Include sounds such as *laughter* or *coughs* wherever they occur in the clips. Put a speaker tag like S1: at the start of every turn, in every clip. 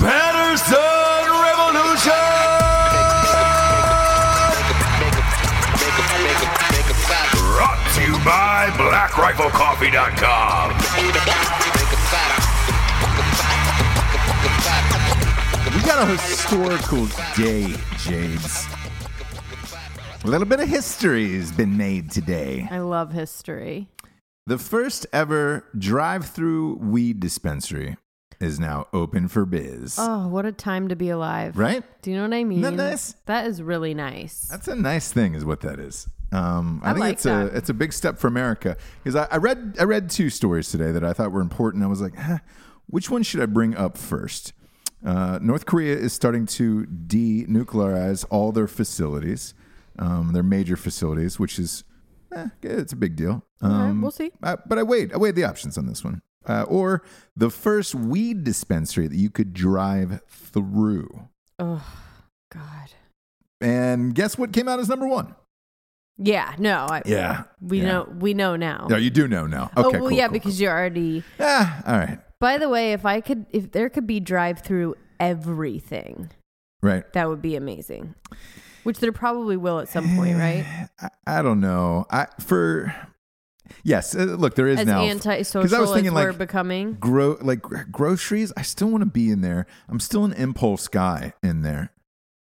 S1: Patterson Revolution!
S2: Brought to you by BlackRifleCoffee.com.
S1: We got a historical day, James.
S3: A little bit of history has been made today.
S4: I love history.
S3: The first ever drive through weed dispensary is now open for biz.
S5: Oh, what a time to be alive.
S3: Right?
S5: Do you know what I mean?
S3: that nice?
S5: That is really nice.
S3: That's a nice thing, is what that is. Um, I,
S5: I
S3: think
S5: like
S3: it's
S5: that.
S3: a it's a big step for America because I, I read I read two stories today that I thought were important. I was like, huh, which one should I bring up first? Uh, North Korea is starting to denuclearize all their facilities, um, their major facilities, which is eh, it's a big deal. Um,
S5: we'll see.
S3: I, but I weighed I weighed the options on this one. Uh, or the first weed dispensary that you could drive through.
S5: oh, God.
S3: And guess what came out as number one?
S5: Yeah, no. I,
S3: Yeah.
S5: We
S3: Yeah.
S5: know we know now.
S3: No, you do know now. Okay,
S5: oh, well,
S3: cool,
S5: yeah,
S3: cool,
S5: because you're already.
S3: cool. ah, all right.
S5: By the way, if I could, if there could be drive through everything.
S1: Right.
S5: That would be amazing. Which there probably will at some
S1: *sighs*
S5: point, right?
S1: I, I don't know. I for yes. uh, Look, there is
S5: As
S1: now
S5: antisocial as we're becoming.
S1: Gro- like gr- groceries. I still want to be in there. I'm still an impulse guy in there.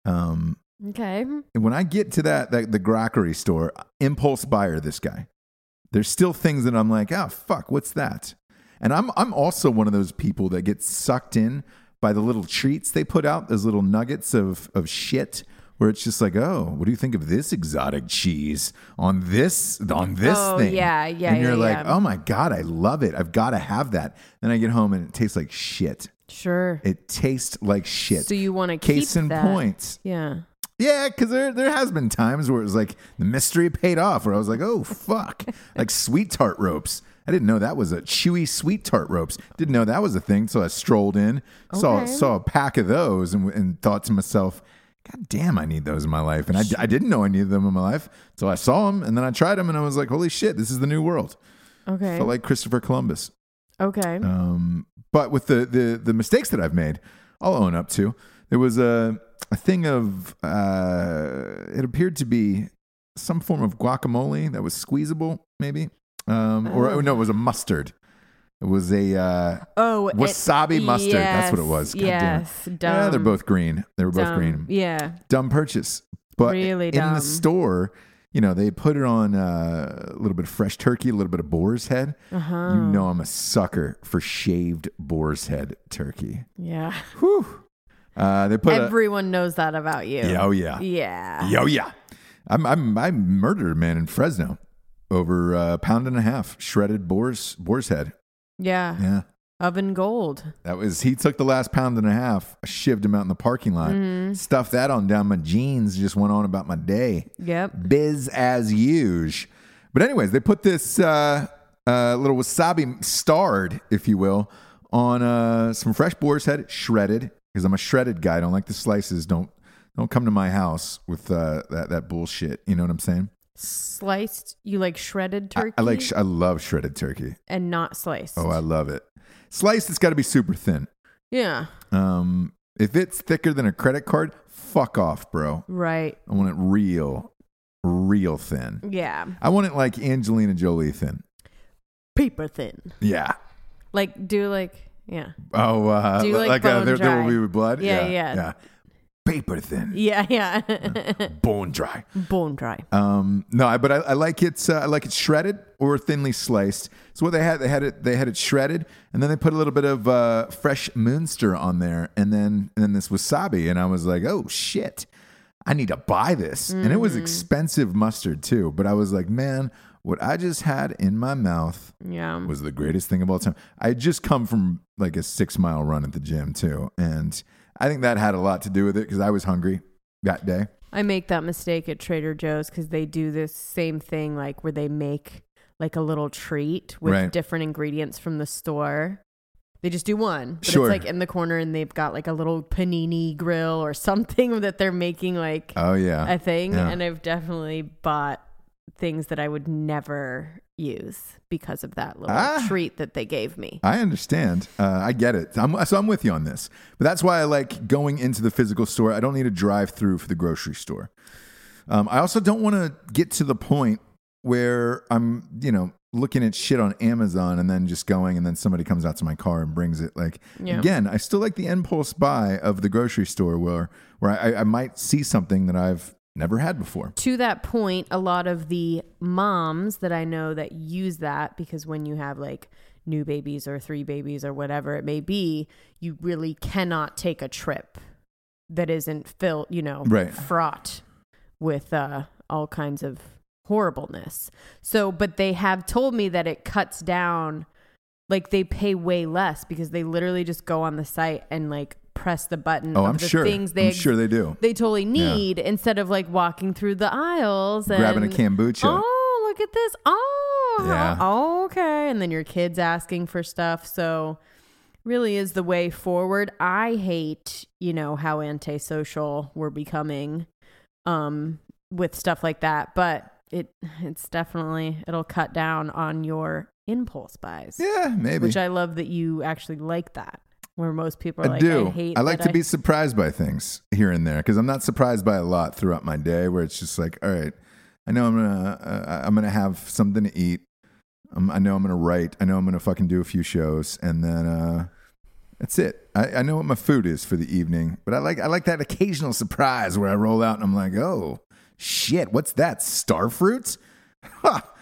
S1: Um,
S5: Okay.
S1: and when I get to that, that the grocery store, impulse buyer, this guy. There's still things that I'm like, oh fuck, what's that? And I'm I'm also one of those people that gets sucked in by the little treats they put out, those little nuggets of of shit. Where it's just like, oh, what do you think of this exotic cheese on this on this
S5: Oh,
S1: thing?
S5: yeah, yeah,
S1: And you're
S5: yeah,
S1: like,
S5: yeah.
S1: oh my god, I love it. I've got to have that. Then I get home and it tastes like shit.
S5: Sure.
S1: It tastes like shit.
S5: So you wanna
S1: case
S5: keep
S1: in
S5: that.
S1: point?
S5: Yeah.
S1: Yeah, because there there has been times where it was like the mystery paid off, where I was like, oh fuck, like sweet tart ropes. I didn't know that was a chewy sweet tart ropes. Didn't know that was a thing, so I strolled in, saw
S5: Okay.
S1: saw a pack of those, and, and thought to myself, God damn, I need those in my life. And I, I didn't know I needed them in my life until I saw them, and then I tried them, and I was like, holy shit, this is the new world.
S5: Okay.
S1: Felt like Christopher Columbus.
S5: okay.
S1: Um, but with the, the the mistakes that I've made, I'll own up to. There was a a thing of uh, it appeared to be some form of guacamole that was squeezable, maybe, um, or oh, no, it was a mustard. It was a uh,
S5: oh, it-
S1: wasabi mustard. That's what it
S5: yes,
S1: was. God damn it.
S5: yes. Dumb.
S1: Yeah, they're both green. They were both
S5: dumb.
S1: green.
S5: Yeah.
S1: Dumb purchase, but
S5: Really
S1: in
S5: dumb.
S1: the store. You know, they put it on uh, a little bit of fresh turkey, a little bit of boar's head.
S5: Uh-huh.
S1: You know I'm a sucker for shaved boar's head turkey.
S5: Yeah.
S1: *laughs* Whew. Uh, they put a,
S5: *laughs* Everyone knows that about you.
S1: Yeah, oh yeah,
S5: Yeah.
S1: yo yeah. I'm I'm I murdered a man in Fresno over a pound and a half shredded boar's boar's head.
S5: Yeah.
S1: Yeah,
S5: Oven gold.
S1: that was he took the last pound and a half, I shivved him out in the parking lot, stuffed that on down my jeans, just went on about my day.
S5: Yep.
S1: biz as usual. But anyways, they put this uh, uh, little wasabi starred, if you will, on uh, some fresh boar's head, shredded. Because I'm a shredded guy. I don't like the slices. Don't don't come to my house with uh, that that bullshit. You know what I'm saying?
S5: Sliced. You like shredded
S1: I,
S5: turkey.
S1: I like sh- I love shredded turkey.
S5: and not sliced.
S1: Oh, I love it. Sliced, it's got to be super thin.
S5: yeah.
S1: Um, if it's thicker than a credit card, fuck off, bro.
S5: Right.
S1: I want it real, real thin.
S5: Yeah.
S1: I want it like Angelina Jolie thin.
S5: Paper thin.
S1: Yeah.
S5: Like do like yeah. *laughs*
S1: Oh, uh,
S5: Do you
S1: li-
S5: like
S1: uh,
S5: bone
S1: there, there will
S5: dry?
S1: be blood.
S5: Yeah,
S1: yeah,
S5: yeah.
S1: Paper thin,
S5: Yeah, yeah.
S1: bone dry.
S5: *laughs* Bone dry.
S1: Um, no, I, but I, I like it. Uh, I like it shredded or thinly sliced. So what they had, they had it, they had it shredded, and then they put a little bit of uh, fresh Munster on there, and then and then this wasabi, and I was like, oh shit, I need to buy this, and it was
S5: Mm.
S1: expensive mustard too. But I was like, man, what I just had in my mouth
S5: Yeah.
S1: was the greatest thing of all time. I had just come from like a six mile run at the gym too, and I think that had a lot to do with it because I was hungry that day.
S5: I make that mistake at Trader Joe's because they do this same thing, like where they make like a little treat with
S1: Right.
S5: different ingredients from the store. They just do one, but
S1: Sure.
S5: it's like in the corner, and they've got like a little panini grill or *laughs* something that they're making like
S1: Oh yeah,
S5: a thing.
S1: yeah.
S5: And I've definitely bought things that I would never use because of that little
S1: Ah.
S5: treat that they gave me.
S1: I understand. Uh, I get it. I'm, so I'm with you on this, but that's why I like going into the physical store. I don't need a drive through for the grocery store. Um, I also don't want to get to the point where I'm, you know, looking at shit on Amazon and then just going, and then somebody comes out to my car and brings it. Like
S5: Yeah.
S1: again, I still like the impulse buy of the grocery store where where I, I might see something that I've never had before.
S5: to that point, a lot of the moms that I know that use that because when you have like new babies or three babies or whatever it may be, you really cannot take a trip that isn't filled, you know,
S1: Right.
S5: fraught with uh, all kinds of horribleness. So, but they have told me that it cuts down, like they pay way less because they literally just go on the site and like press the button.
S1: Oh,
S5: of
S1: I'm
S5: the
S1: sure.
S5: Things they
S1: I'm sure they do.
S5: they totally
S1: Yeah.
S5: need instead of like walking through the aisles and
S1: Grabbing a kombucha.
S5: Oh, look at this. Oh,
S1: Yeah.
S5: oh, okay. And then your kids asking for stuff. So really is the way forward. I hate, you know, how antisocial we're becoming um with stuff like that, but it it's definitely it'll cut down on your impulse buys.
S1: Yeah, maybe.
S5: Which I love that you actually like that. where most people are
S1: I
S5: like,
S1: do.
S5: I hate.
S1: I like
S5: that
S1: to be surprised by things here and there because I'm not surprised by a lot throughout my day. Where it's just like, all right, I know I'm gonna, uh, I'm gonna have something to eat. Um, I know I'm gonna write. I know I'm gonna fucking do a few shows, and then uh, that's it. I, I know what my food is for the evening, but I like, I like that occasional surprise where I roll out and I'm like, oh shit, what's that? Starfruit? *laughs*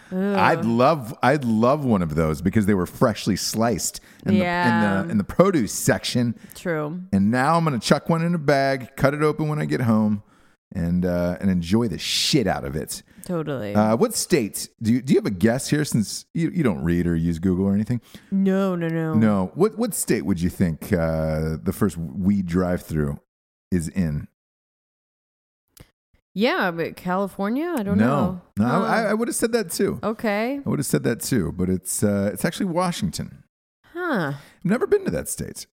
S1: Huh. I'd love, I'd love one of those because they were freshly sliced in, the,
S5: Yeah.
S1: in the in the produce section.
S5: True.
S1: And now I'm gonna chuck one in a bag, cut it open when I get home, and uh, and enjoy the shit out of it.
S5: Totally.
S1: Uh, what state do you do you have a guess here? Since you, you don't read or use Google or anything,
S5: no, no, no.
S1: no. What what state would you think uh, the first weed drive through is in?
S5: Yeah, but California? I don't
S1: no,
S5: know. Uh. Oh.
S1: no.
S5: Huh.
S1: I, I would have said that too.
S5: okay.
S1: I would have said that too. But it's uh, it's actually Washington.
S5: Huh.
S1: I've never been to that state.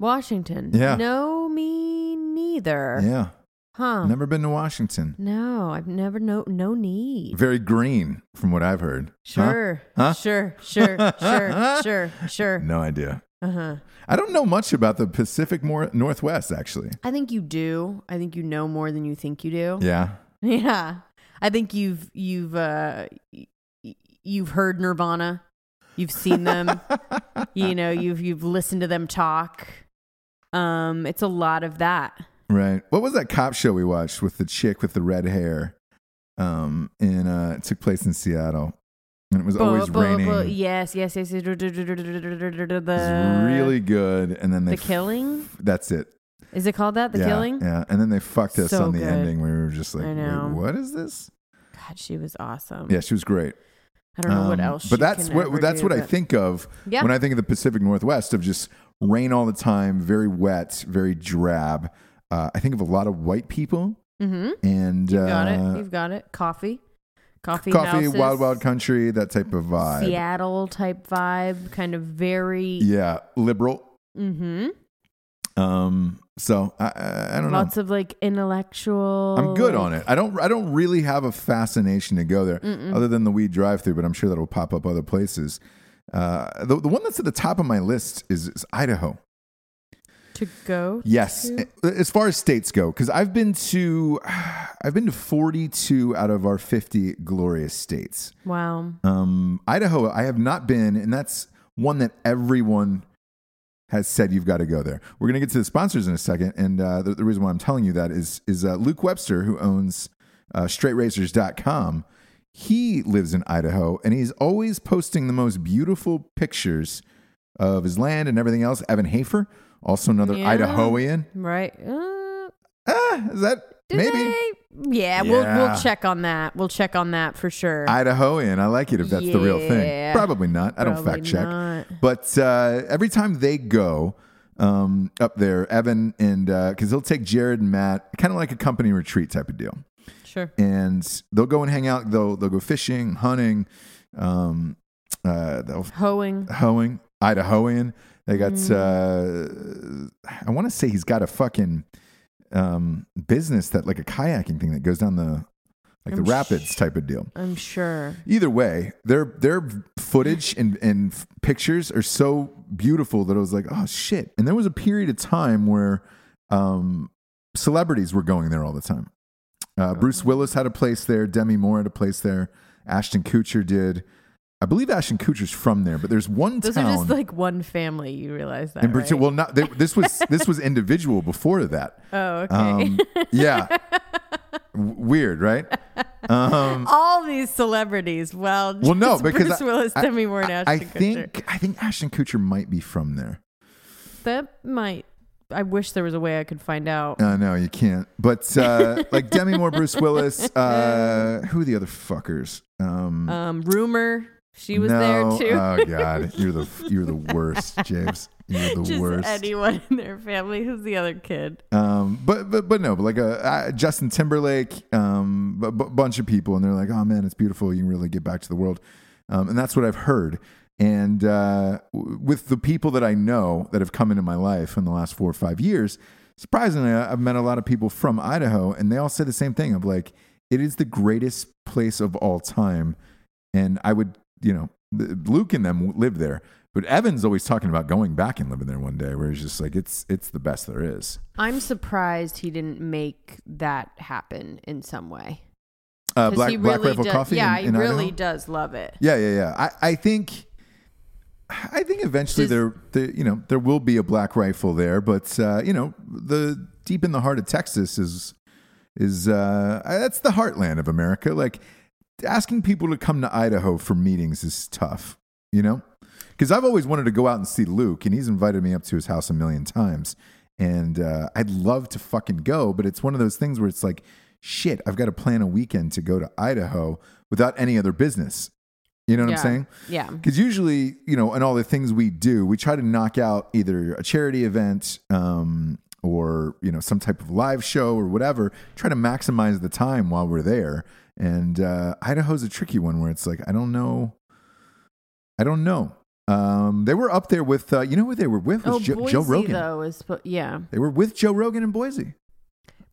S5: Washington.
S1: Yeah.
S5: No, me neither.
S1: Yeah,
S5: Huh.
S1: never been to Washington.
S5: No, I've never no no need.
S1: Very green, from what I've heard. Huh?
S5: Sure.
S1: Huh?
S5: Sure. Sure.
S1: *laughs*
S5: Sure. Sure. Sure.
S1: No idea.
S5: Uh-huh.
S1: I don't know much about the Pacific Mor- Northwest, actually.
S5: I think you do. I think you know more than you think you do.
S1: Yeah.
S5: *laughs* Yeah. I think you've you've uh y- y- you've heard Nirvana. You've
S1: *laughs*
S5: seen them.
S1: Uh.
S5: you know, you've you've listened to them talk. Um it's a lot of that.
S1: Right. What was that cop show we watched with the chick with the red hair? Um, in uh, it took place in Seattle, and it was always
S5: Bu- bu- bu-
S1: raining.
S5: yes, yes, yes. yes.
S1: It was really good, and then they
S5: The Killing?
S1: that's it.
S5: Is it called that? The
S1: yeah,
S5: Killing?
S1: Yeah, and then they fucked us
S5: So
S1: on the
S5: good.
S1: ending. We were just like, "Wait,
S5: I know. Mm.
S1: what is this?
S5: God, she was awesome.
S1: Yeah, she was great.
S5: I don't know what
S1: Um,
S5: else.
S1: But
S5: she
S1: that's
S5: can ever
S1: what that's
S5: do,
S1: what I
S5: but-
S1: think of
S5: Yeah.
S1: when I think of the Pacific Northwest of just rain all the time, very wet, very drab. Uh, I think of a lot of white people
S5: Mhm.
S1: and
S5: You've
S1: uh,
S5: got it. You've got it. Coffee, coffee,
S1: coffee,
S5: houses,
S1: wild wild country, that type of vibe.
S5: Seattle type vibe, kind of very.
S1: Yeah, liberal.
S5: Mm-hmm.
S1: Um, so I- I, I don't know.
S5: Lots of like intellectual.
S1: I'm good on it. I don't. I don't really have a fascination to go there, other than the weed drive-through. But I'm sure that'll pop up other places. Uh, the the one that's at the top of my list is, is Idaho.
S5: to go.
S1: Yes, as far as states go, because I've been to, *sighs* I've been to 42 out of our 50 glorious states.
S5: Wow.
S1: Um, Idaho, I have not been, and that's one that everyone has said you've got to go there. We're gonna get to the sponsors in a second, and uh, the, the reason why I'm telling you that is is uh, Luke Webster, who owns uh, StraightRacers.com. He lives in Idaho, and he's always posting the most beautiful pictures of his land and everything else. Evan Hafer, also another
S5: Yeah.
S1: Idahoan.
S5: Right. Uh,
S1: Ah, is that
S5: do
S1: maybe
S5: they- Yeah, We'll
S1: Yeah.
S5: we'll check on that. We'll check on that for sure.
S1: Idahoan? I like it if that's the real thing.
S5: Yeah.
S1: Probably not. I don't
S5: Probably
S1: fact check.
S5: not.
S1: But uh, every time they go um, up there, Evan and because he'll take Jared and Matt, kind of like a company retreat type of deal,
S5: Sure.
S1: and they'll go and hang out. They'll they'll go fishing, hunting, um, uh, they'll
S5: Hoeing.
S1: hoeing, Idahoan. They got
S5: Mm.
S1: uh, I want to say he's got a fucking um, business that like a kayaking thing that goes down the like the
S5: I'm
S1: rapids type of deal.
S5: I'm sure.
S1: Either way, their their footage and and f- pictures are so beautiful that I was like, oh shit! And there was a period of time where um, celebrities were going there all the time. Uh, Bruce Willis had a place there. Demi Moore had a place there. Ashton Kutcher did. I believe Ashton Kutcher's from there, but there's one
S5: Those
S1: town
S5: are just like one family. You realize that.
S1: in particular.
S5: right?
S1: Well, not they, this was this was individual before that.
S5: Oh, *laughs* okay.
S1: Um, yeah, W- weird,
S5: *laughs*
S1: right? Um,
S5: all these celebrities. Well,
S1: Well, no,
S5: just
S1: because
S5: Bruce
S1: I-
S5: Willis,
S1: I-
S5: Demi Moore, and
S1: I,
S5: Ashton
S1: I
S5: Kutcher.
S1: think I think Ashton Kutcher might be from there.
S5: that might. I wish there was a way I could find out.
S1: Uh, no, you can't. But
S5: *laughs*
S1: uh, like Demi Moore, Bruce Willis, uh, who are the other fuckers? Um,
S5: Um, rumor she was
S1: no,
S5: there too. *laughs*
S1: Oh god, you're the you're the worst, James. You're the
S5: *laughs* just
S1: worst.
S5: anyone in their family. Who's the other kid?
S1: Um, but but but no, but like uh uh, Justin Timberlake, um, a b- bunch of people, and they're like, oh man, it's beautiful. You can really get back to the world, um, and that's what I've heard. And uh, w- with the people that I know that have come into my life in the last four or five years, surprisingly, I- I've met a lot of people from Idaho, and they all say the same thing of like, it is the greatest place of all time, and I would, you know, th- Luke and them live there. But Evan's always talking about going back and living there one day, where he's just like, it's it's the best there is.
S5: I'm surprised he didn't make that happen in some way.
S1: Uh,
S5: 'Cause
S1: Black
S5: he
S1: Black
S5: really
S1: Rifle
S5: does-
S1: Coffee.
S5: Yeah,
S1: in,
S5: he
S1: in
S5: really
S1: Idaho?
S5: does love it.
S1: Yeah, yeah, yeah. I, I think, I think eventually
S5: Does-
S1: there, there, you know, there will be a black rifle there, but uh, you know, the deep in the heart of Texas is is uh, that's the heartland of America. Like asking people to come to Idaho for meetings is tough, you know, because I've always wanted to go out and see Luke, and he's invited me up to his house a million times, and uh, I'd love to fucking go, but it's one of those things where it's like. Shit, I've got to plan a weekend to go to Idaho without any other business. You know what
S5: Yeah.
S1: I'm saying?
S5: Yeah.
S1: Because usually, you know, and all the things we do, we try to knock out either a charity event um, or, you know, some type of live show or whatever, try to maximize the time while we're there. And uh, Idaho's a tricky one where it's like, I don't know. I don't know. Um, they were up there with, uh, you know who they were with? Was
S5: Oh,
S1: Jo-
S5: Boise
S1: Joe Rogan.
S5: though is spo- yeah.
S1: They were with Joe Rogan in Boise.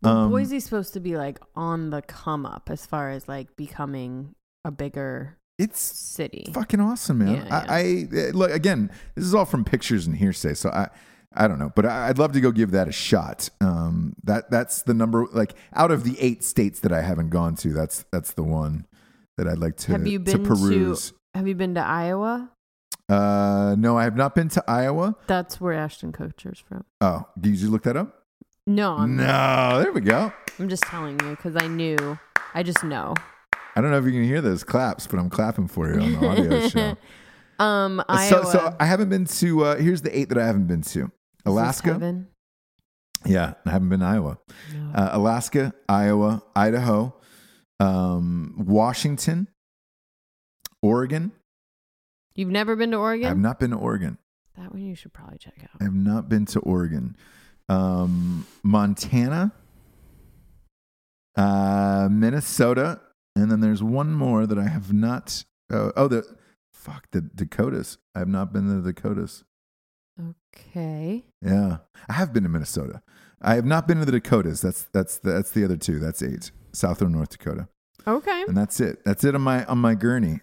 S5: Well,
S1: Um,
S5: Boise's supposed to be like on the come up as far as like becoming a bigger
S1: It's
S5: city.
S1: fucking awesome, man.
S5: Yeah,
S1: I, I look again. This is all from pictures and hearsay, so I, I don't know, but I, I'd love to go give that a shot. Um, that that's the number. Like out of the eight states that I haven't gone to, that's that's the one that I'd like to
S5: have you
S1: to
S5: been to,
S1: peruse.
S5: Have you been to Iowa?
S1: Uh, no, I have not been to Iowa.
S5: That's where Ashton Kutcher's from.
S1: Oh, did you look that up?
S5: No, I'm,
S1: No, there we go.
S5: I'm just telling you because I knew. I just know.
S1: I don't know if you can hear those claps, but I'm clapping for you on the
S5: *laughs*
S1: audio show.
S5: Um,
S1: So,
S5: Iowa.
S1: so I haven't been to. Uh, here's the eight that I haven't been to: Alaska.
S5: Heaven?
S1: Yeah, I haven't been to Iowa. Uh, Alaska, Iowa, Idaho, um, Washington, Oregon.
S5: You've never been to Oregon?
S1: I've not been to Oregon.
S5: that one you should probably check out.
S1: I have not been to Oregon. Um, Montana, uh, Minnesota, and then there's one more that I have not. Uh, oh, the fuck the Dakotas. I have not been to the Dakotas.
S5: Okay.
S1: Yeah, I have been to Minnesota. I have not been to the Dakotas. That's that's the, that's the other two. That's eight. South or North Dakota.
S5: Okay.
S1: and that's it. That's it on my on my gurney,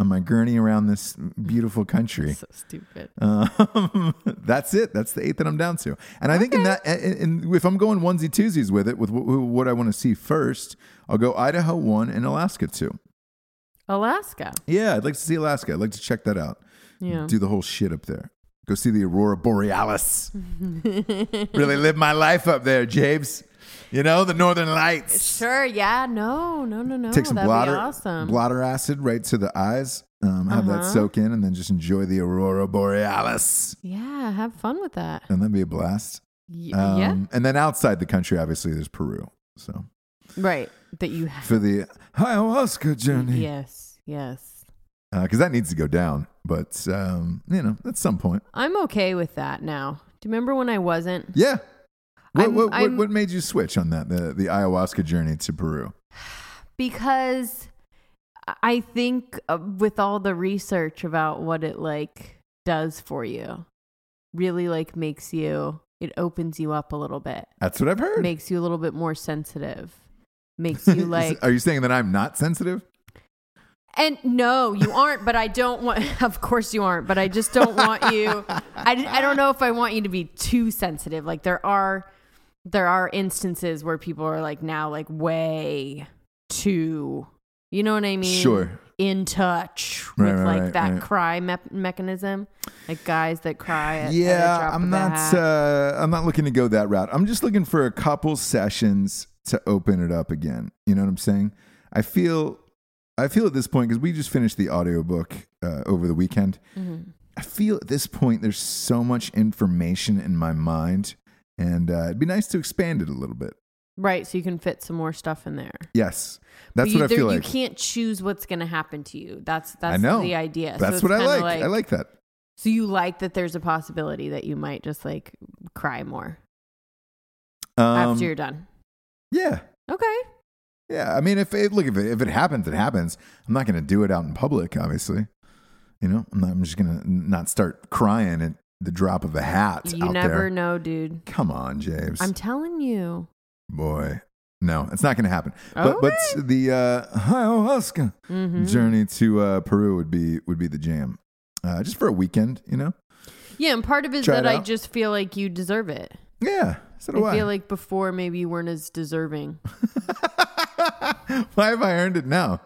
S1: on my gurney around this beautiful country.
S5: So stupid.
S1: Um, *laughs* that's it. That's the eight that I'm down to. And I think in that, in, in, if I'm going onesie twosies with it, with wh- wh- what I want to see first, I'll go Idaho one and Alaska two.
S5: Alaska.
S1: Yeah, I'd like to see Alaska. I'd like to check that out.
S5: Yeah.
S1: Do the whole shit up there. Go see the aurora
S5: *laughs*
S1: borealis. really live my life up there, James. You know the northern lights.
S5: Sure. Yeah. No. No. No. No.
S1: take some
S5: Oh, That'd
S1: blotter
S5: be awesome.
S1: blotter acid right to the eyes. Um, have that
S5: Uh-huh.
S1: soak in, and then just enjoy the aurora borealis,
S5: yeah. Have fun with that.
S1: and that'd be a blast.
S5: Y-
S1: Um,
S5: yeah.
S1: And then outside the country, obviously, there's Peru. So
S5: Right. That
S1: *laughs*
S5: you have.
S1: for the ayahuasca journey,
S5: Yes. Yes.
S1: because that needs to go down. But um, you know, at some point,
S5: I'm okay with that now. Do you remember when I wasn't?
S1: yeah. What
S5: I'm-
S1: what, what,
S5: I'm-
S1: what made you switch on that the, the ayahuasca journey to Peru?
S5: because I think uh, with all the research about what it like does for you, really like makes you it opens you up a little bit,
S1: That's what I've heard. *laughs*
S5: makes you a little bit more sensitive, makes you like
S1: Are you saying that I'm not sensitive?
S5: and no, you aren't. But I don't want. *laughs* Of course, you aren't. But I just don't want you. I, I don't know if I want you to be too sensitive. Like there are there are instances where people are like now like way too. You know what I mean?
S1: Sure.
S5: In touch
S1: Right,
S5: with
S1: right,
S5: like
S1: right,
S5: that
S1: right.
S5: cry me- mechanism, like guys that cry. At, at a
S1: yeah
S5: drop
S1: i'm
S5: of a
S1: not
S5: hat.
S1: uh, i'm not looking to go that route i'm just looking for a couple sessions to open it up again you know what i'm saying i feel i feel at this point because we just finished the audiobook uh, over the weekend
S5: Mm-hmm.
S1: i feel at this point there's so much information in my mind and uh, it'd be nice to expand it a little bit
S5: right, so you can fit some more stuff in there.
S1: yes that's
S5: you,
S1: what i
S5: there-
S1: feel
S5: You
S1: like
S5: can't choose what's going to happen to you. That's that's
S1: i know
S5: the idea. So
S1: that's
S5: it's
S1: what i
S5: kinda
S1: like. i like that
S5: So you like that there's a possibility that you might just like cry more
S1: um,
S5: after you're done.
S1: yeah
S5: Okay.
S1: Yeah, I mean, if it, look if it, if it happens, it happens. I'm not going to do it out in public, obviously. You know, I'm, not, I'm just going to not start crying at the drop of a hat
S5: You
S1: out
S5: never
S1: there.
S5: know, dude.
S1: Come on, James.
S5: I'm telling you.
S1: Boy, no, it's not going to happen.
S5: All
S1: But
S5: Oh,
S1: but the uh, ayahuasca
S5: Mhm.
S1: journey to uh, Peru would be would be the jam. uh, just for a weekend, you know?
S5: Yeah, and part of it is
S1: Try it
S5: that I
S1: out.
S5: just feel like you deserve it.
S1: Yeah. So do
S5: I
S1: I.
S5: feel like before maybe you weren't as deserving.
S1: *laughs* Why have I earned it now?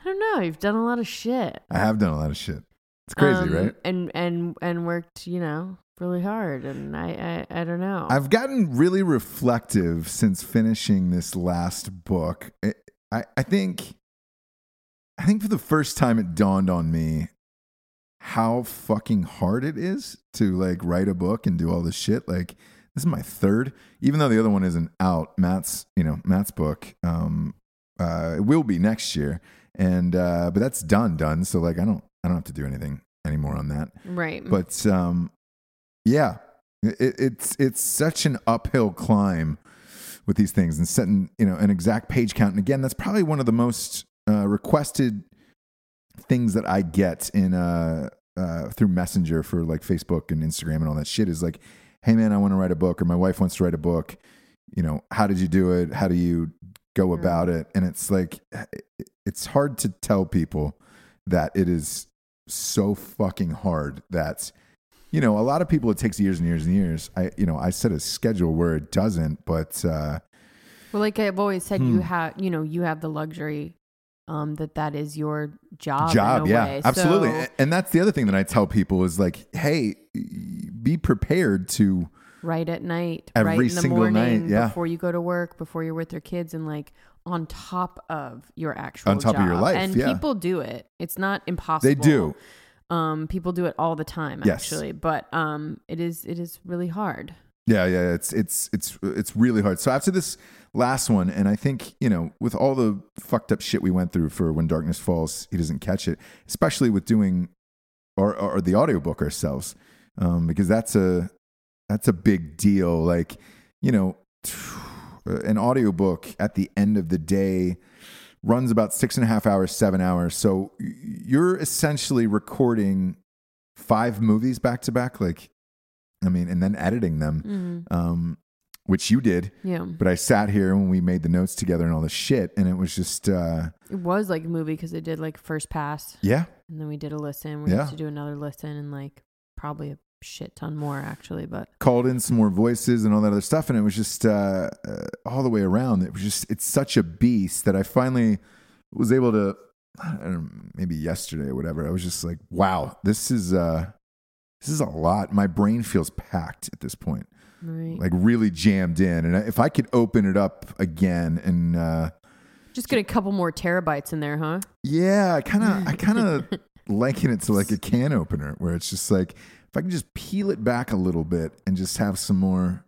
S5: I don't know. You've done a lot of shit.
S1: I have done a lot of shit. It's crazy,
S5: Um,
S1: right?
S5: And and and worked, you know, really hard. And I I, I don't know.
S1: I've gotten really reflective since finishing this last book. I, I, I think, I think for the first time it dawned on me how fucking hard it is to like write a book and do all this shit. Like this is my third, even though the other one isn't out. Matt's, you know, Matt's book. Um, uh, it will be next year, and uh, but that's done, done. So like, I don't, I don't have to do anything anymore on that
S5: right.
S1: but um, yeah, it, it's it's such an uphill climb with these things and setting you know an exact page count. And again, that's probably one of the most uh, requested things that I get in uh, uh, through Messenger for like Facebook and Instagram and all that shit is like, hey man, I want to write a book, or my wife wants to write a book. You know, how did you do it? How do you go about it? And it's like, eh, it's hard to tell people that it is so fucking hard that you know a lot of people it takes years and years and years i you know i set a schedule where it doesn't but uh
S5: well, like I've always said,
S1: Hmm.
S5: you have you know you have the luxury um that that is your job. in
S1: job
S5: a
S1: yeah
S5: way.
S1: absolutely
S5: So-
S1: A- and that's the other thing that i tell people is like hey be prepared to
S5: right at night,
S1: Every
S5: right in the
S1: single
S5: morning,
S1: night, yeah.
S5: before you go to work, before you're with your kids, and like on top of your actual
S1: On top of your
S5: job.
S1: life,
S5: And
S1: yeah.
S5: people do it. It's not impossible.
S1: they do
S5: Um, people do it all the time,
S1: Yes.
S5: actually. But um, it is it is really hard.
S1: Yeah, yeah, it's it's it's it's really hard. So after this last one, and I think you know, with all the fucked up shit we went through for when darkness falls, he doesn't catch it. Especially with doing or or the audiobook ourselves, um, because that's a that's a big deal. Like you know, *sighs* an audiobook at the end of the day runs about six and a half hours, seven hours. So you're essentially recording five movies back to back. Like, I mean, and then editing them um, which you did.
S5: Yeah,
S1: But I sat here when we made the notes together and all this shit, and it was just, uh,
S5: it was like a movie because they did like first pass,
S1: yeah,
S5: and then we did a listen. We
S1: Yeah.
S5: have to do another listen, and like probably a shit ton more actually. But
S1: called in some more voices and all that other stuff, and it was just uh, uh, all the way around. It was just, it's such a beast that I finally was able to, I don't know, maybe yesterday or whatever. I was just like, wow, this is, uh, this is a lot. My brain feels packed at this point.
S5: right,
S1: Like really jammed in, and if I could open it up again and uh,
S5: just get a couple more terabytes in there, huh?
S1: Yeah, I kind of, I kind of liken it to like a can opener, where it's just like if I can just peel it back a little bit and just have some more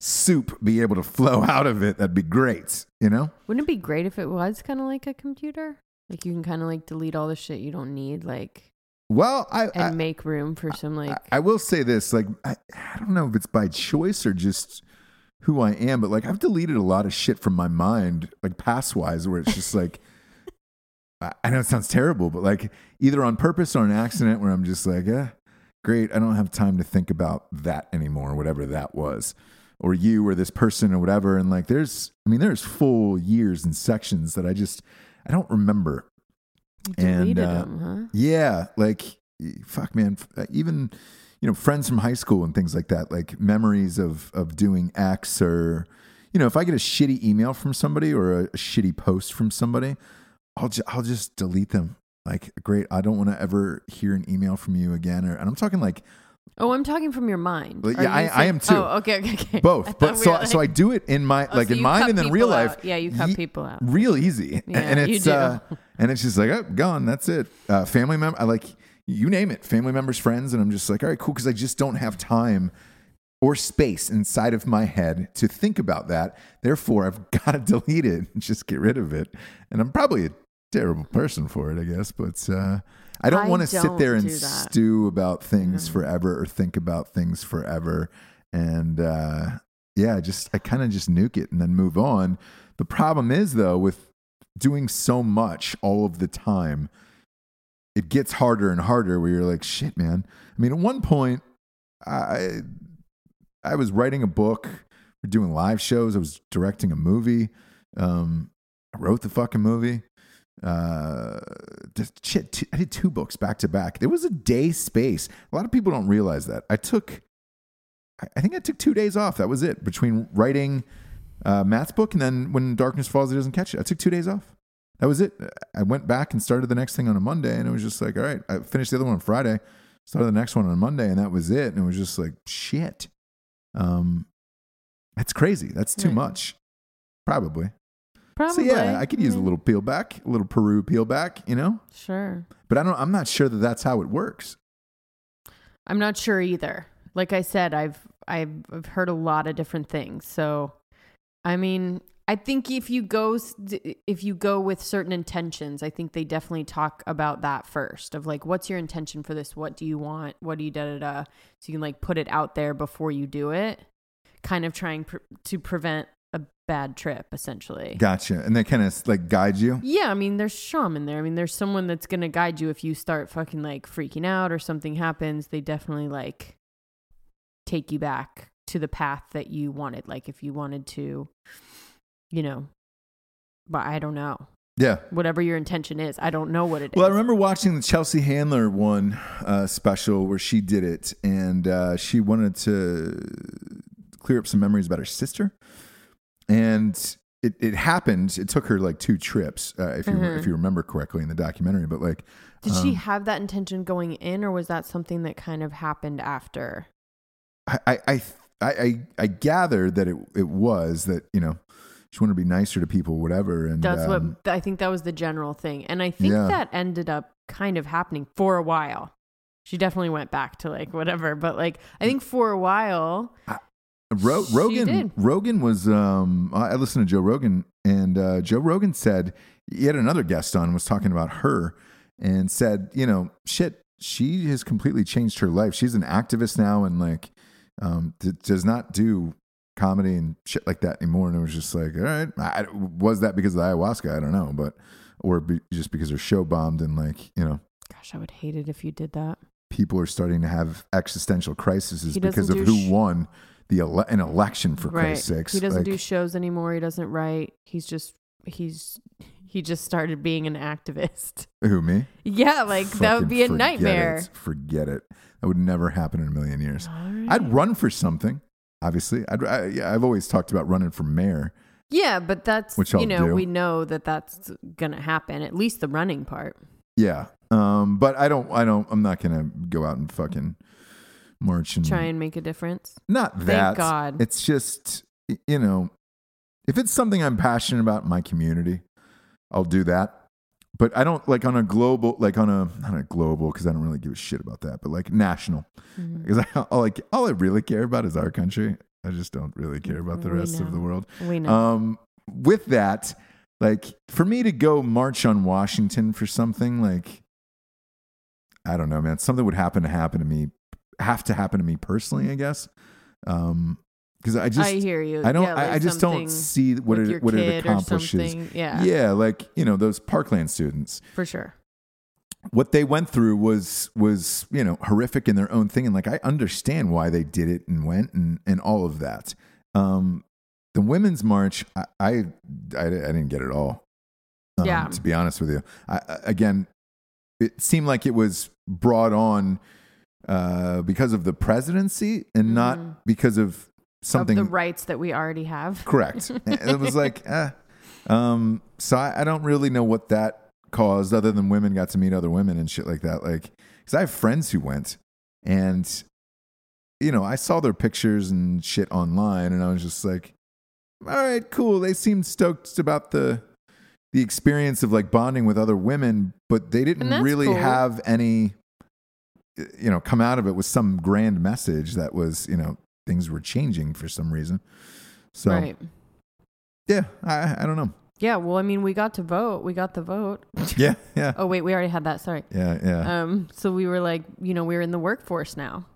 S1: soup be able to flow *laughs* out of it, that'd be great. You know?
S5: Wouldn't it be great if it was kind of like a computer? Like you can kind of like delete all the shit you don't need, like,
S1: Well, I,
S5: and
S1: I,
S5: make room for some like.
S1: I, I will say this, like I, I don't know if it's by choice or just who I am, but like I've deleted a lot of shit from my mind, like pass wise, where it's just like. *laughs* I- I know it sounds terrible, but like either on purpose or an accident, where I'm just like, eh, great, I don't have time to think about that anymore, whatever that was, or you or this person or whatever. And like, there's, I mean, there's full years and sections that I just, I don't remember.
S5: deleted
S1: uh,
S5: them, um, huh?
S1: Yeah, like, y- fuck, man, f- uh, even you know, friends from high school and things like that, like memories of of doing X or, you know, if I get a shitty email from somebody or a, a shitty post from somebody, I'll ju- I'll just delete them. Like, great, I don't want to ever hear an email from you again. Or, and I'm talking like
S5: Oh, I'm talking from your mind.
S1: Well,
S5: Are
S1: yeah,
S5: you
S1: I- I am too.
S5: Oh, okay, okay, *laughs* okay.
S1: both,
S5: I
S1: but
S5: thought we
S1: so
S5: were,
S1: so I
S5: like-
S1: do it in my
S5: Oh,
S1: like
S5: so
S1: in
S5: you
S1: mine
S5: cut
S1: and then
S5: people
S1: real
S5: out.
S1: life.
S5: Yeah, you cut
S1: Ye-
S5: people out.
S1: real easy,
S5: Yeah,
S1: and
S5: you
S1: it's
S5: do.
S1: uh, and it's just like oh, gone. That's it. Uh, family member, I like you name it, family members, friends, and I'm just like all right, cool, because I just don't have time or space inside of my head to think about that. Therefore, I've *laughs* got to delete it and just get rid of it. And I'm probably a terrible person for it, I guess, but uh, I don't
S5: I
S1: want to sit
S5: don't
S1: there and
S5: do that. Mm-hmm.
S1: stew about things forever or think about things forever. And uh, yeah, I just I kind of just nuke it and then move on. The problem is though with doing so much all of the time, it gets harder and harder. Where you're like, shit, man. I mean, at one point, I I was writing a book, we're doing live shows, I was directing a movie. Um, I wrote the fucking movie. uh just shit t- i did two books back to back there was a day space a lot of people don't realize that i took I- i think i took two days off that was it between writing uh, matt's book and then when darkness falls it doesn't catch it i took two days off that was it i went back and started the next thing on a monday and it was just like all right i finished the other one on friday started the next one on monday and that was it and it was just like shit um that's crazy that's too
S5: Right.
S1: much probably
S5: Probably.
S1: so yeah, I could use a
S5: mean,
S1: little peel back, a little Peru peel back, you know.
S5: Sure.
S1: But I don't. I'm not sure that that's how it works.
S5: I'm not sure either. Like I said, I've I've, I've heard a lot of different things. So, I mean, I think if you go s- d- if you go with certain intentions, I think they definitely talk about that first of like what's your intention for this? What do you want? What do you da da da? So you can like put it out there before you do it. Kind of trying pr- to prevent a bad trip essentially.
S1: Gotcha. And they kind of like guide you.
S5: Yeah, I mean, there's shaman there. I mean, there's someone that's gonna guide you if you start fucking like freaking out or something happens. They definitely like take you back to the path that you wanted. Like if you wanted to, you know, but I don't know.
S1: Yeah.
S5: Whatever your intention is, I don't know what it is.
S1: Well, I remember watching the Chelsea Handler one uh, special where she did it, and uh, she wanted to clear up some memories about her sister, and it, it happened. It took her like two trips, uh, if you if you remember correctly in the documentary. But like,
S5: Did she have that intention going in, or was that something that kind of happened after?
S1: I, I, I, I, I gather that it, it was that, you know, she wanted to be nicer to people, whatever. And
S5: That's
S1: um,
S5: what I think that was the general thing. And I think
S1: Yeah.
S5: that ended up kind of happening for a while. She definitely went back to like whatever, but like I think for a while,
S1: Ro-
S5: she did.
S1: Rogan, Rogan was, um, I I listened to Joe Rogan and, uh, Joe Rogan said, he had another guest on was talking about her and said, you know, shit, she has completely changed her life. She's an activist now. And like, um, d- does not do comedy and shit like that anymore. And it was just like, all right, I, was that because of the ayahuasca? I don't know, but, or be, just because her show bombed and like, you know,
S5: gosh, I would hate it if you did that.
S1: people are starting to have existential crises
S5: He
S1: because of
S5: doesn't do
S1: who
S5: sh-
S1: won the ele- an election for Christ's sakes.
S5: He doesn't
S1: Like,
S5: do shows anymore. He doesn't write. He's just he's he just started being an activist. *laughs*
S1: who me?
S5: Yeah, like that
S1: Fucking
S5: would be a
S1: forget
S5: nightmare. Oh,
S1: It. Forget it. That would never happen in a million years.
S5: All right.
S1: I'd run for something. Obviously, I'd, I, yeah, I've always talked about running for mayor.
S5: yeah, but that's
S1: Which I'll
S5: you know
S1: do.
S5: we know that that's gonna happen. At least the running part.
S1: Yeah, um, but I don't. I don't. I'm not gonna go out and fucking march and
S5: Try and make a difference.
S1: not
S5: Thank
S1: that.
S5: God.
S1: It's just y- you know, if it's something I'm passionate about in my community, I'll do that. But I don't like on a global, like on a not a global, because I don't really give a shit about that. But like national,
S5: Mm-hmm.
S1: because I all like all I really care about is our country. I just don't really care about the
S5: We
S1: rest of
S5: know.
S1: the world.
S5: We know.
S1: Um, with that, like for me to go march on Washington for something, like I don't know, man, something would happen to happen to me, have to happen to me personally, I guess. Um, because I just,
S5: I hear you.
S1: I don't,
S5: Yeah,
S1: I, I
S5: like
S1: just
S5: something
S1: don't see what
S5: with your
S1: it, what it
S5: kid or
S1: accomplishes.
S5: something. Yeah,
S1: like you know those Parkland students,
S5: for sure.
S1: what they went through was was you know horrific in their own thing, and like I understand why they did it and went and and all of that. Um, the women's march, I I, I, I didn't get it all. Um,
S5: Yeah.
S1: To be honest with you, I, I- again, it seemed like it was brought on uh, because of the presidency and not because of something
S5: of Mm. the rights that we already have. *laughs*
S1: Correct. And it was like, eh. um, so I, I don't really know what that caused, other than women got to meet other women and shit like that. Like, because I have friends who went, and you know, I saw their pictures and shit online, and I was just like, all right, cool. They seemed stoked about the the experience of like bonding with other women, but they
S5: And
S1: didn't
S5: that's
S1: really
S5: cool.
S1: have any you know come out of it with some grand message that was you know things were changing for some reason so
S5: Right.
S1: yeah, I I don't know.
S5: Yeah. Well, I mean, we got to vote. We got
S1: *laughs*
S5: the vote.
S1: Yeah, yeah,
S5: Oh wait, we already had that. Sorry.
S1: yeah, yeah.
S5: Um. So we were like, you know, we're in the
S1: *laughs*
S5: workforce now.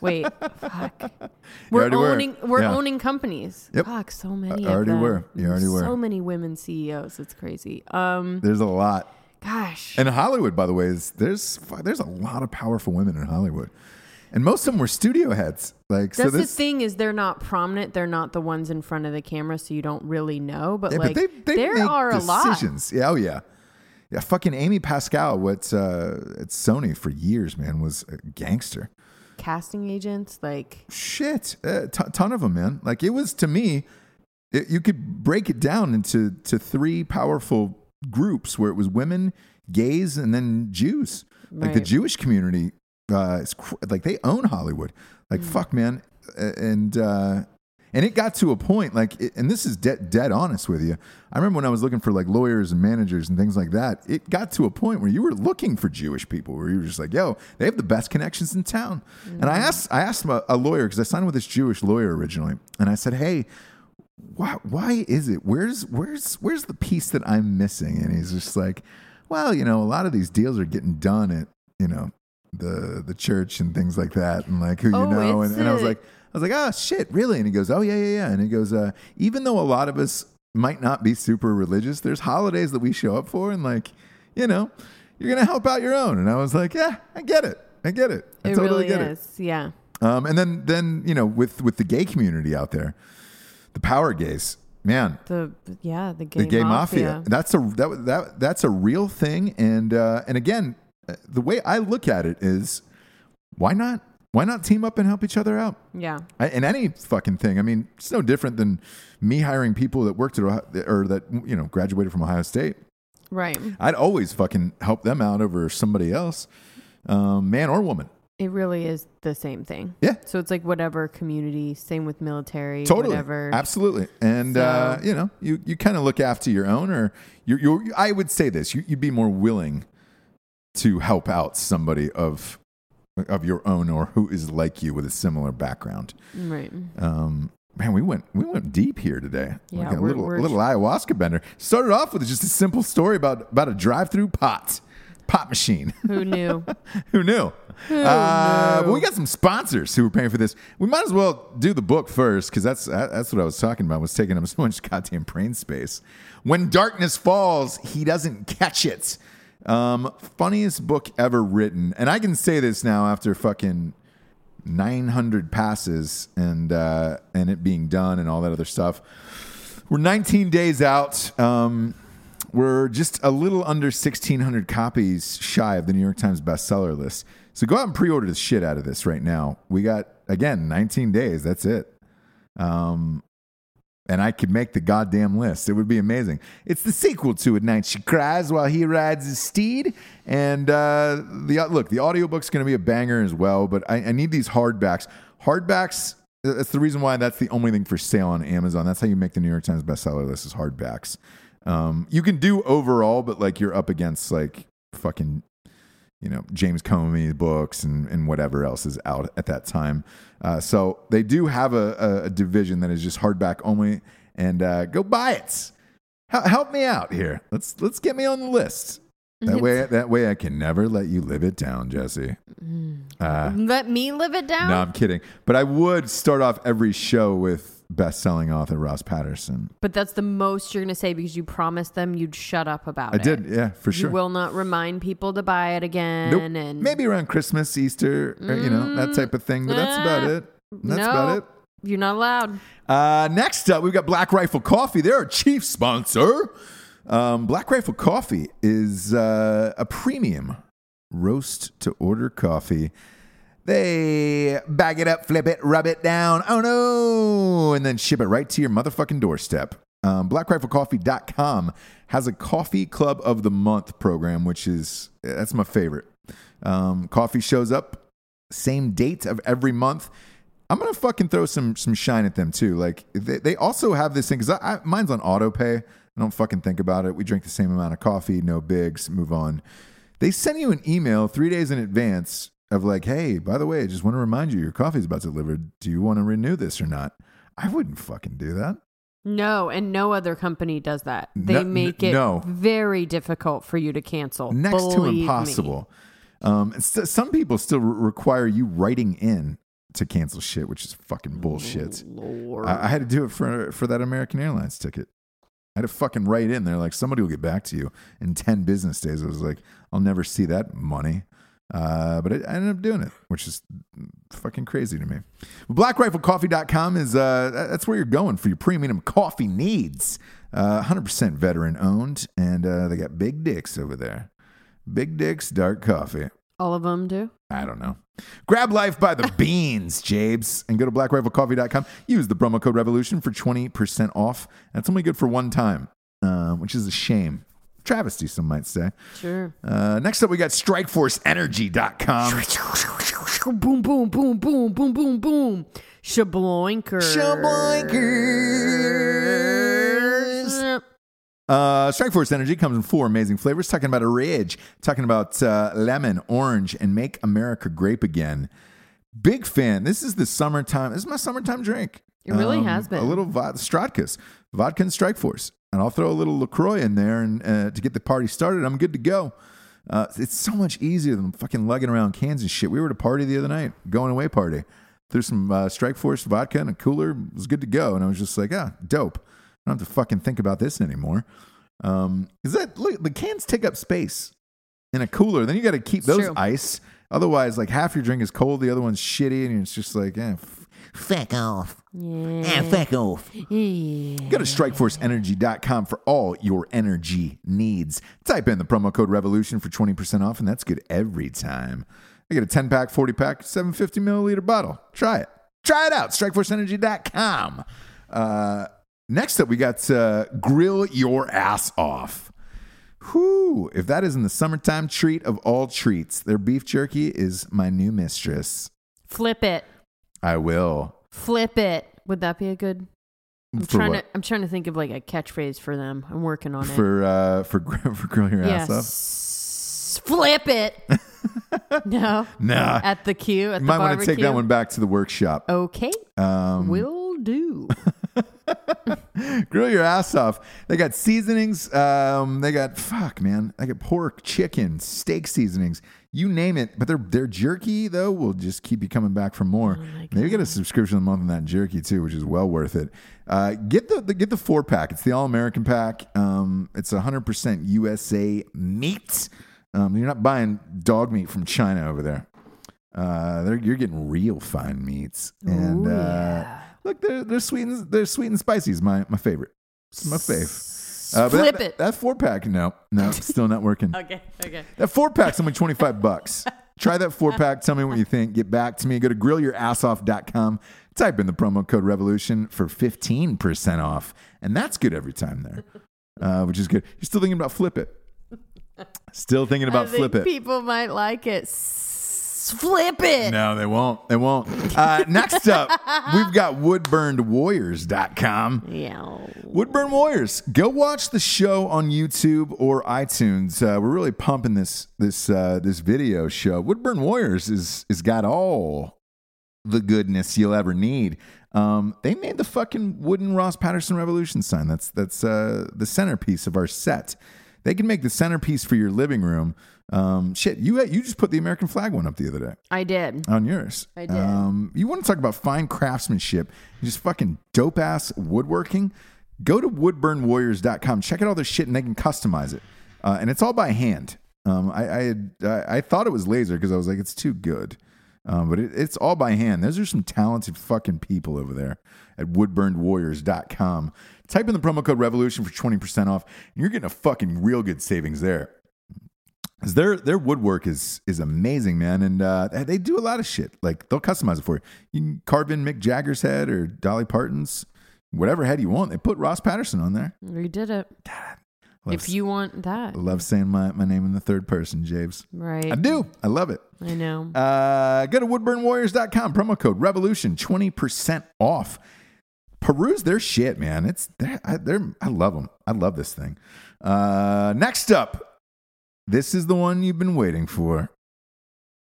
S5: Wait. fuck.
S1: You
S5: We're
S1: already were.
S5: owning. We're
S1: Yeah.
S5: owning companies.
S1: Yep.
S5: Fuck. So many.
S1: I already
S5: of them.
S1: were. You already were.
S5: So many women CEOs. It's crazy. Um.
S1: There's a lot,
S5: Gosh.
S1: and Hollywood, by the way, is there's fu- there's a lot of powerful women in Hollywood, and most of them were studio heads. Like so,
S5: That's
S1: this
S5: the thing is they're not prominent. They're not the ones in front of the camera, so you don't really know. But
S1: yeah,
S5: like,
S1: but they they
S5: there
S1: make
S5: are a lot.
S1: decisions. Yeah, oh yeah, Yeah, fucking Amy Pascal, what's uh, at Sony for years, man, was a gangster.
S5: Casting agents, like
S1: Shit, a t- ton of them, man. Like it was to me, it, you could break it down into to three powerful groups where it was women, gays, and then Jews. Like the
S5: Right.
S1: Jewish community uh, is cr- like they own Hollywood. Like fuck, man, A- and uh, and it got to a point like, it, and this is dead dead honest with you. I remember when I was looking for like lawyers and managers and things like that. It got to a point where you were looking for Jewish people, where you were just like, yo, they have the best connections in town. And I asked I asked a, a lawyer because I signed with this Jewish lawyer originally, and I said, hey. Why, why is it? Where's where's where's the piece that I'm missing? And he's just like, well, you know, a lot of these deals are getting done at you know the the church and things like that, and like who
S5: Oh,
S1: you know.
S5: it's
S1: And, and I was
S5: a-
S1: like, I was like, oh shit, really? And he goes, oh yeah, yeah, yeah. And he goes, uh, even though a lot of us might not be super religious, there's holidays that we show up for, and like, you know, you're gonna help out your own. And I was like, yeah, I get it, I get it, I
S5: it
S1: totally
S5: really
S1: get it.
S5: is. Yeah.
S1: Um, and then then you know with with the gay community out there, the power gays, man,
S5: The yeah, the gay,
S1: the gay mafia.
S5: mafia.
S1: That's a that was- that that's a real thing. And uh, and again, uh, the way I look at it is, why not why not team up and help each other out?
S5: Yeah.
S1: I, in any fucking thing. I mean, it's no different than me hiring people that worked at Ohio, or that you know graduated from Ohio State.
S5: Right.
S1: I'd always fucking help them out over somebody else, um, man or woman.
S5: It really is the same thing.
S1: Yeah.
S5: So it's like whatever community, same with military,
S1: totally
S5: whatever.
S1: absolutely and uh,
S5: So-
S1: you know you, you kind of look after your own or you're, you're i would say this you, you'd be more willing to help out somebody of of your own or who is like you with a similar background
S5: Right.
S1: um Man, we went we went deep here today.
S5: Yeah,
S1: like a
S5: we're-
S1: little
S5: we're-
S1: little ayahuasca bender. Started off with just a simple story about about a drive through pot, pot machine. *laughs*
S5: Who knew?
S1: Who knew? Uh, but we got some sponsors who were paying for this. We might as well do the book first because that's that- that's what I was talking about. Was taking up so much goddamn brain space. When darkness falls, he doesn't catch it. Um, funniest book ever written, and I can say this now after fucking 900 passes and uh, and it being done and all that other stuff. We're 19 days out. Um, we're just a little under 1,600 copies shy of the New York Times bestseller list. So go out and pre-order the shit out of this right now. We got again 19 days. That's it. Um, and I could make the goddamn list. It would be amazing. It's the sequel to At Night She Cries While He Rides His Steed. And uh, the look, the audiobook's going to be a banger as well, but I, I need these hardbacks. Hardbacks, that's the reason why that's the only thing for sale on Amazon. That's how you make the New York Times bestseller list is hardbacks. Um, you can do overall, but like you're up against like fucking you know James Comey books and and whatever else is out at that time. Uh, so they do have a, a, a division that is just hardback only, and uh, go buy it. Hel- help me out here. Let's let's get me on the list. That way, that way, I can never let you live it down, Jesse. Uh,
S5: Let me live it down.
S1: no, I'm kidding. But I would start off every show with best-selling author Ross Patterson.
S5: But that's the most you're going to say because you promised them you'd shut up about
S1: I
S5: it.
S1: did, yeah, for
S5: Uh, You
S1: sure.
S5: will not remind people to buy it again.
S1: Nope.
S5: And
S1: Maybe around Christmas, Easter, or, you know, that type of thing. But that's about
S5: Ah.
S1: it. That's
S5: no,
S1: about it.
S5: You're not allowed.
S1: Uh, next up, we've got Black Rifle Coffee. They're our chief sponsor. Um, Black Rifle Coffee is uh, a premium roast to order coffee. They bag it up, flip it, rub it down. Oh no! And then ship it right to your motherfucking doorstep. Um, BlackRifleCoffee.com has a Coffee Club of the Month program, which is that's my favorite. Um, coffee shows up same date of every month. I'm gonna fucking throw some some shine at them too. Like they, they also have this thing because I, I mine's on auto pay. I don't fucking think about it. We drink the same amount of coffee, no bigs, move on. They send you an email three days in advance of like, hey, by the way, I just want to remind you your coffee's about to deliver. Do you want to renew this or not? I wouldn't fucking do that.
S5: No, and no other company does that. They
S1: No-
S5: make it
S1: no.
S5: very difficult for you to cancel.
S1: next
S5: Believe
S1: to
S5: me.
S1: impossible. Um, and st- some people still re- require you writing in to cancel shit, which is fucking
S5: Oh,
S1: bullshit. I-, I had to do it for for that American Airlines ticket. I had to fucking write in. They're like, somebody will get back to you in ten business days. I was like, I'll never see that money. Uh, but I I ended up doing it, which is fucking crazy to me. BlackRifleCoffee.com is uh, that's where you're going for your premium coffee needs. Uh, 100% veteran owned, and uh, they got big dicks over there. Big dicks, dark coffee.
S5: All of them do.
S1: I don't know. Grab life by the beans, Jabes, and go to blackriflecoffee.com. Use the promo code revolution for 20% off. That's only good for one time, uh, which is a shame. Travesty, some might say.
S5: Sure.
S1: Uh, next up, we got strikeforceenergy.com.
S5: Boom, boom, boom, boom, boom, boom, boom. Shabloinker.
S1: Shabloinkers. Uh, Strike Force Energy comes in four amazing flavors. Talking about a ridge, talking about uh, lemon, orange, and make America grape again. Big fan. This is the summertime. This is my summertime drink. Um,
S5: It really has been.
S1: a little vod- Stratkas, vodka and Strike Force, and I'll throw a little Lacroix in there and uh, to get the party started. I'm good to go. Uh, it's so much easier than fucking lugging around cans and shit. We were at a party the other night, going away party. Threw some uh, Strike Force vodka in a cooler. It was good to go, and I was just like, ah, dope. I don't have to fucking think about this anymore. Um, is that look, the cans take up space in a cooler? Then you got to keep those
S5: true.
S1: ice. Otherwise, like half your drink is cold, the other one's shitty, and it's just like, eh, f- fuck off. Eh, fuck off. Go to strikeforceenergy.com for all your energy needs. Type in the promo code revolution for 20% off, and that's good every time. I get a 10 pack, 40 pack, 750 milliliter bottle. Try it. Try it out. Strikeforceenergy.com. Uh, next up, we got uh, Grill Your Ass Off. Whew, if that isn't the summertime treat of all treats, their beef jerky is my new mistress.
S5: Flip it.
S1: I will.
S5: Flip it. Would that be a good? I'm
S1: For
S5: trying
S1: what?
S5: to. I'm trying to think of like a catchphrase for them. I'm working on it.
S1: For uh for gr- *laughs* for grill your ass off.
S5: Yes.
S1: *laughs*
S5: Flip it. no.
S1: Nah.
S5: At the queue.
S1: You
S5: At the
S1: might want to
S5: barbecue. Oh.
S1: take that one back to the workshop.
S5: Okay.
S1: Um,
S5: Will
S1: *laughs*
S5: do.
S1: grill your ass off. They got seasonings. Um, they got fuck, man. They got pork, chicken, steak seasonings. You name it. But their their jerky though will just keep you coming back for more. Maybe get a subscription a month on that jerky too, which is well worth it. Uh, get the, the get the four pack. It's the all American pack. Um, it's 100% USA meat. Um, you're not buying dog meat from China over there. Uh, they're, you're getting real fine meats, and
S5: Ooh,
S1: uh,
S5: yeah.
S1: look, they're they're sweet and they're sweet and spicy is my my favorite. It's my fave. Uh, but
S5: Flip
S1: that,
S5: it.
S1: That four pack, no,
S5: *laughs*
S1: no, it's still not working.
S5: okay. Okay.
S1: That four pack's only twenty five bucks. Try that four pack. Tell me what you think. Get back to me. Go to grillyourassoff.com. Type in the promo code revolution for fifteen percent off, and that's good every time there, uh, which is good. You're still thinking about flip
S5: *laughs*
S1: it. Still thinking about
S5: I
S1: flip
S5: think
S1: it.
S5: People might like it. S- Flip it.
S1: No, they won't. They won't. Uh, next up, we've got woodburnedwarriors.com.
S5: Yeah.
S1: Woodburn Warriors, go watch the show on YouTube or iTunes. Uh, we're really pumping this this uh, this video show. Woodburn Warriors is is got all the goodness you'll ever need. Um, they made the fucking wooden Ross Patterson Revolution sign. That's that's uh, the centerpiece of our set. They can make the centerpiece for your living room. Um, shit, you you just put the American flag one up the other day
S5: I did.
S1: on yours.
S5: I did.
S1: Um, you want to talk about fine craftsmanship, just fucking dope ass woodworking? Go to woodburnwarriors.com. Check out all their shit, and they can customize it. Uh, and it's all by hand. Um, I I, had, I I thought it was laser because I was like, it's too good. Um, but it, it's all by hand. Those are some talented fucking people over there at woodburnedwarriors.com. Type in the promo code revolution for 20% off, and you're getting a fucking real good savings there. 'Cause their their woodwork is is amazing, man, and uh, they do a lot of shit. Like they'll customize it for you. You can carve in Mick Jagger's head or Dolly Parton's, whatever head you want. They put Ross Patterson on there.
S5: We did it.
S1: Love,
S5: if you want that,
S1: love saying my, my name in the third person, Javes.
S5: right?
S1: I do. I love it.
S5: I know.
S1: Uh, go to woodburnwarriors.com, promo code revolution, 20% off. Peruse their shit, man. It's they're, I, they're, I love them. I love this thing. Uh, next up, this is the one you've been waiting for.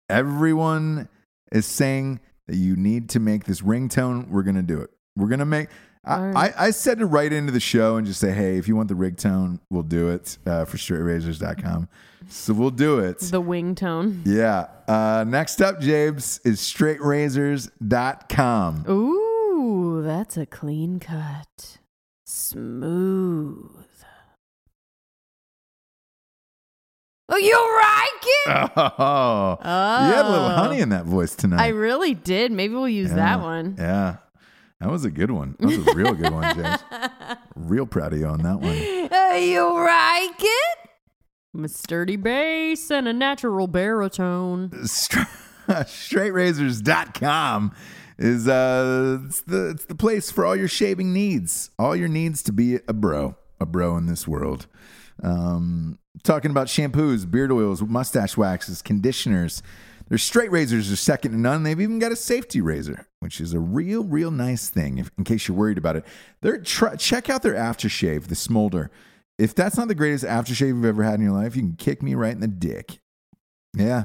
S1: Everyone is saying that you need to make this ringtone. We're going to do it. We're going to make. I,
S5: All
S1: I, I said to write into the show and just say, hey, if you want the ringtone, we'll do it uh, for straightrazors.com. So we'll do it.
S5: the wing tone.
S1: Yeah. Uh, next up, James, is straightrazors.com.
S5: Ooh, that's a clean cut. Smooth. Oh, you like
S1: Uh,
S5: it?
S1: *laughs* Oh. You had a little
S5: Oh.
S1: honey in that voice tonight.
S5: I really did. Maybe we'll use
S1: Yeah.
S5: that one.
S1: Yeah. That was a good one. That was a real good one,
S5: *laughs*
S1: James. Real proud of you on that one.
S5: you like it? I'm a sturdy bass and a natural baritone.
S1: Stra- *laughs* StraightRazors.com is uh, it's the it's the place for all your shaving needs. All your needs to be a bro, a bro in this world. Um, talking about shampoos, beard oils, mustache waxes, conditioners. Their straight razors are second to none. They've even got a safety razor, which is a real, real nice thing if, in case you're worried about it. They're try check out their aftershave, the Smolder. If that's not the greatest aftershave you've ever had in your life, you can kick me right in the dick. Yeah.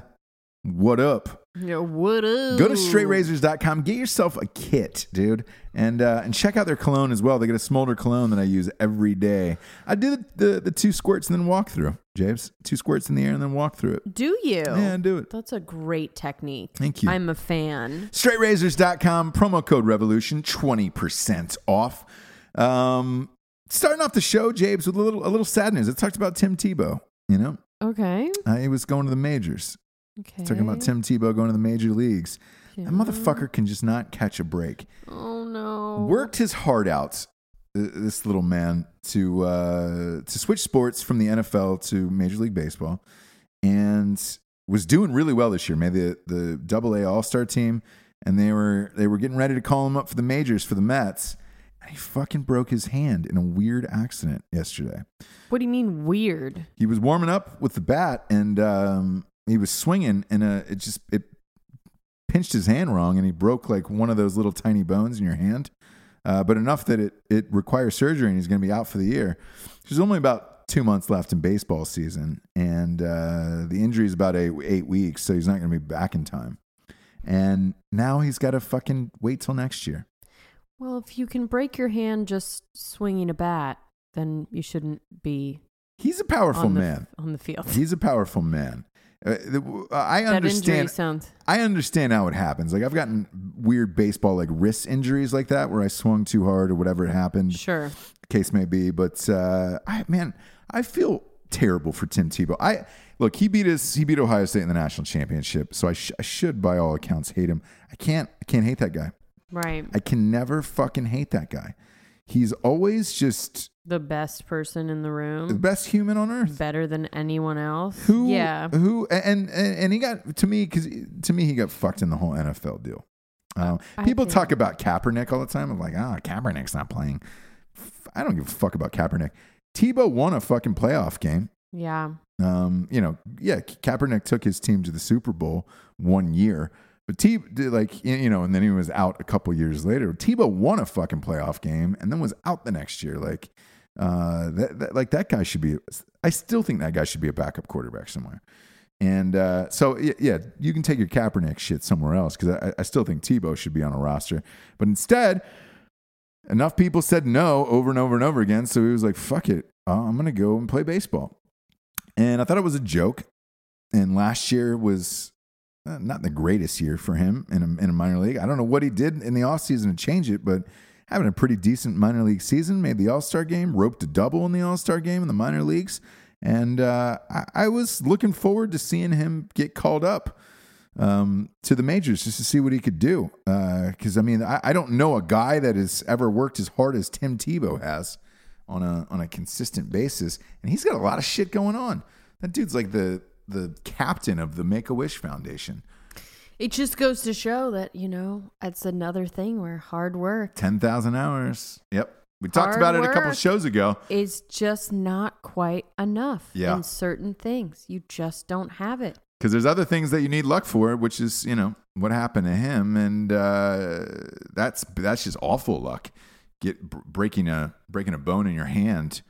S1: What up?
S5: Yeah, what up?
S1: Go to straightrazors.com. Get yourself a kit, dude, and uh, and check out their cologne as well. They got a smolder cologne that I use every day. I do the, the, the two squirts and then walk through. James, two squirts in the air and then walk through it.
S5: Do you?
S1: Yeah, I do it.
S5: That's a great technique.
S1: Thank you.
S5: I'm a fan.
S1: Straightrazors.com promo code revolution twenty percent off. Um, starting off the show, James, with a little a little sad news. It talked about Tim Tebow. You know,
S5: Okay.
S1: uh, he was going to the majors.
S5: Okay.
S1: Talking about Tim Tebow going to the major leagues. That motherfucker can just not catch a break.
S5: Oh no.
S1: worked his heart out th- this little man to uh, to switch sports from the NFL to Major League Baseball and was doing really well this year made the the double A all-star team and they were they were getting ready to call him up for the majors for the Mets and he fucking broke his hand in a weird accident yesterday
S5: What do you mean weird?
S1: he was warming up with the bat and um, he was swinging and uh, it just it pinched his hand wrong and he broke like one of those little tiny bones in your hand uh, but enough that it it requires surgery and he's going to be out for the year there's only about two months left in baseball season and uh, the injury is about eight, eight weeks so he's not going to be back in time and now he's got to fucking wait till next year
S5: Well, if you can break your hand just swinging a bat, then you shouldn't be
S1: he's a powerful
S5: on the,
S1: man
S5: on the field.
S1: he's a powerful man uh, the- i
S5: that injury
S1: understand
S5: sounds.
S1: I understand how it happens. Like I've gotten weird baseball like wrist injuries like that where I swung too hard or whatever happened,
S5: Sure.
S1: case may be. But uh, I man, I feel terrible for Tim Tebow. I look, he beat us. He beat Ohio State in the national championship, so I, sh- I should, by all accounts, hate him. I can't. I can't hate that guy.
S5: Right.
S1: I can never fucking hate that guy. He's always just
S5: the best person in the
S1: the
S5: room,
S1: best human on earth.
S5: better than anyone else.
S1: Uh, Who?
S5: Yeah.
S1: Who? And and, and he got to me because to me he got fucked in the whole NFL deal. Um,
S5: I
S1: people
S5: think-
S1: talk about Kaepernick all the time. I'm like, ah, Kaepernick's not playing. F- I don't give a fuck about Kaepernick. Tebow won a fucking playoff game.
S5: Yeah.
S1: Um, you know, yeah, Kaepernick took his team to the Super Bowl one year, but Tebow, did, like, y- you know, and then he was out a couple years later. Tebow won a fucking playoff game and then was out the next year. Like, uh, that, that like that guy should be. I still think that guy should be a backup quarterback somewhere. And uh, so, y- yeah, you can take your Kaepernick shit somewhere else because I, I still think Tebow should be on a roster. But instead, enough people said no over and over and over again. So he was like, fuck it. Uh, I'm going to go and play baseball. And I thought it was a joke. And last year was uh, not the greatest year for him in a, in a minor league. I don't know what he did in the offseason to change it, but having a pretty decent minor league season, made the All Star game, roped a double in the All Star game in the minor leagues. And uh, I, I was looking forward to seeing him get called up um, to the majors just to see what he could do. Because I mean, I, I don't know a guy that has ever worked as hard as Tim Tebow has on a on a consistent basis, and he's got a lot of shit going on. That dude's like the the captain of the Make a Wish Foundation.
S5: It just goes to show that, you know, that's another thing where hard work
S1: Ten thousand hours. Yep, we talked
S5: Hard
S1: about it a couple
S5: work.
S1: shows ago.
S5: is just not quite enough
S1: Yeah.
S5: in certain things. You just don't have it.
S1: because there's other things that you need luck for, which is you know what happened to him, and uh, that's that's just awful luck. Get b- breaking a breaking a bone in your hand,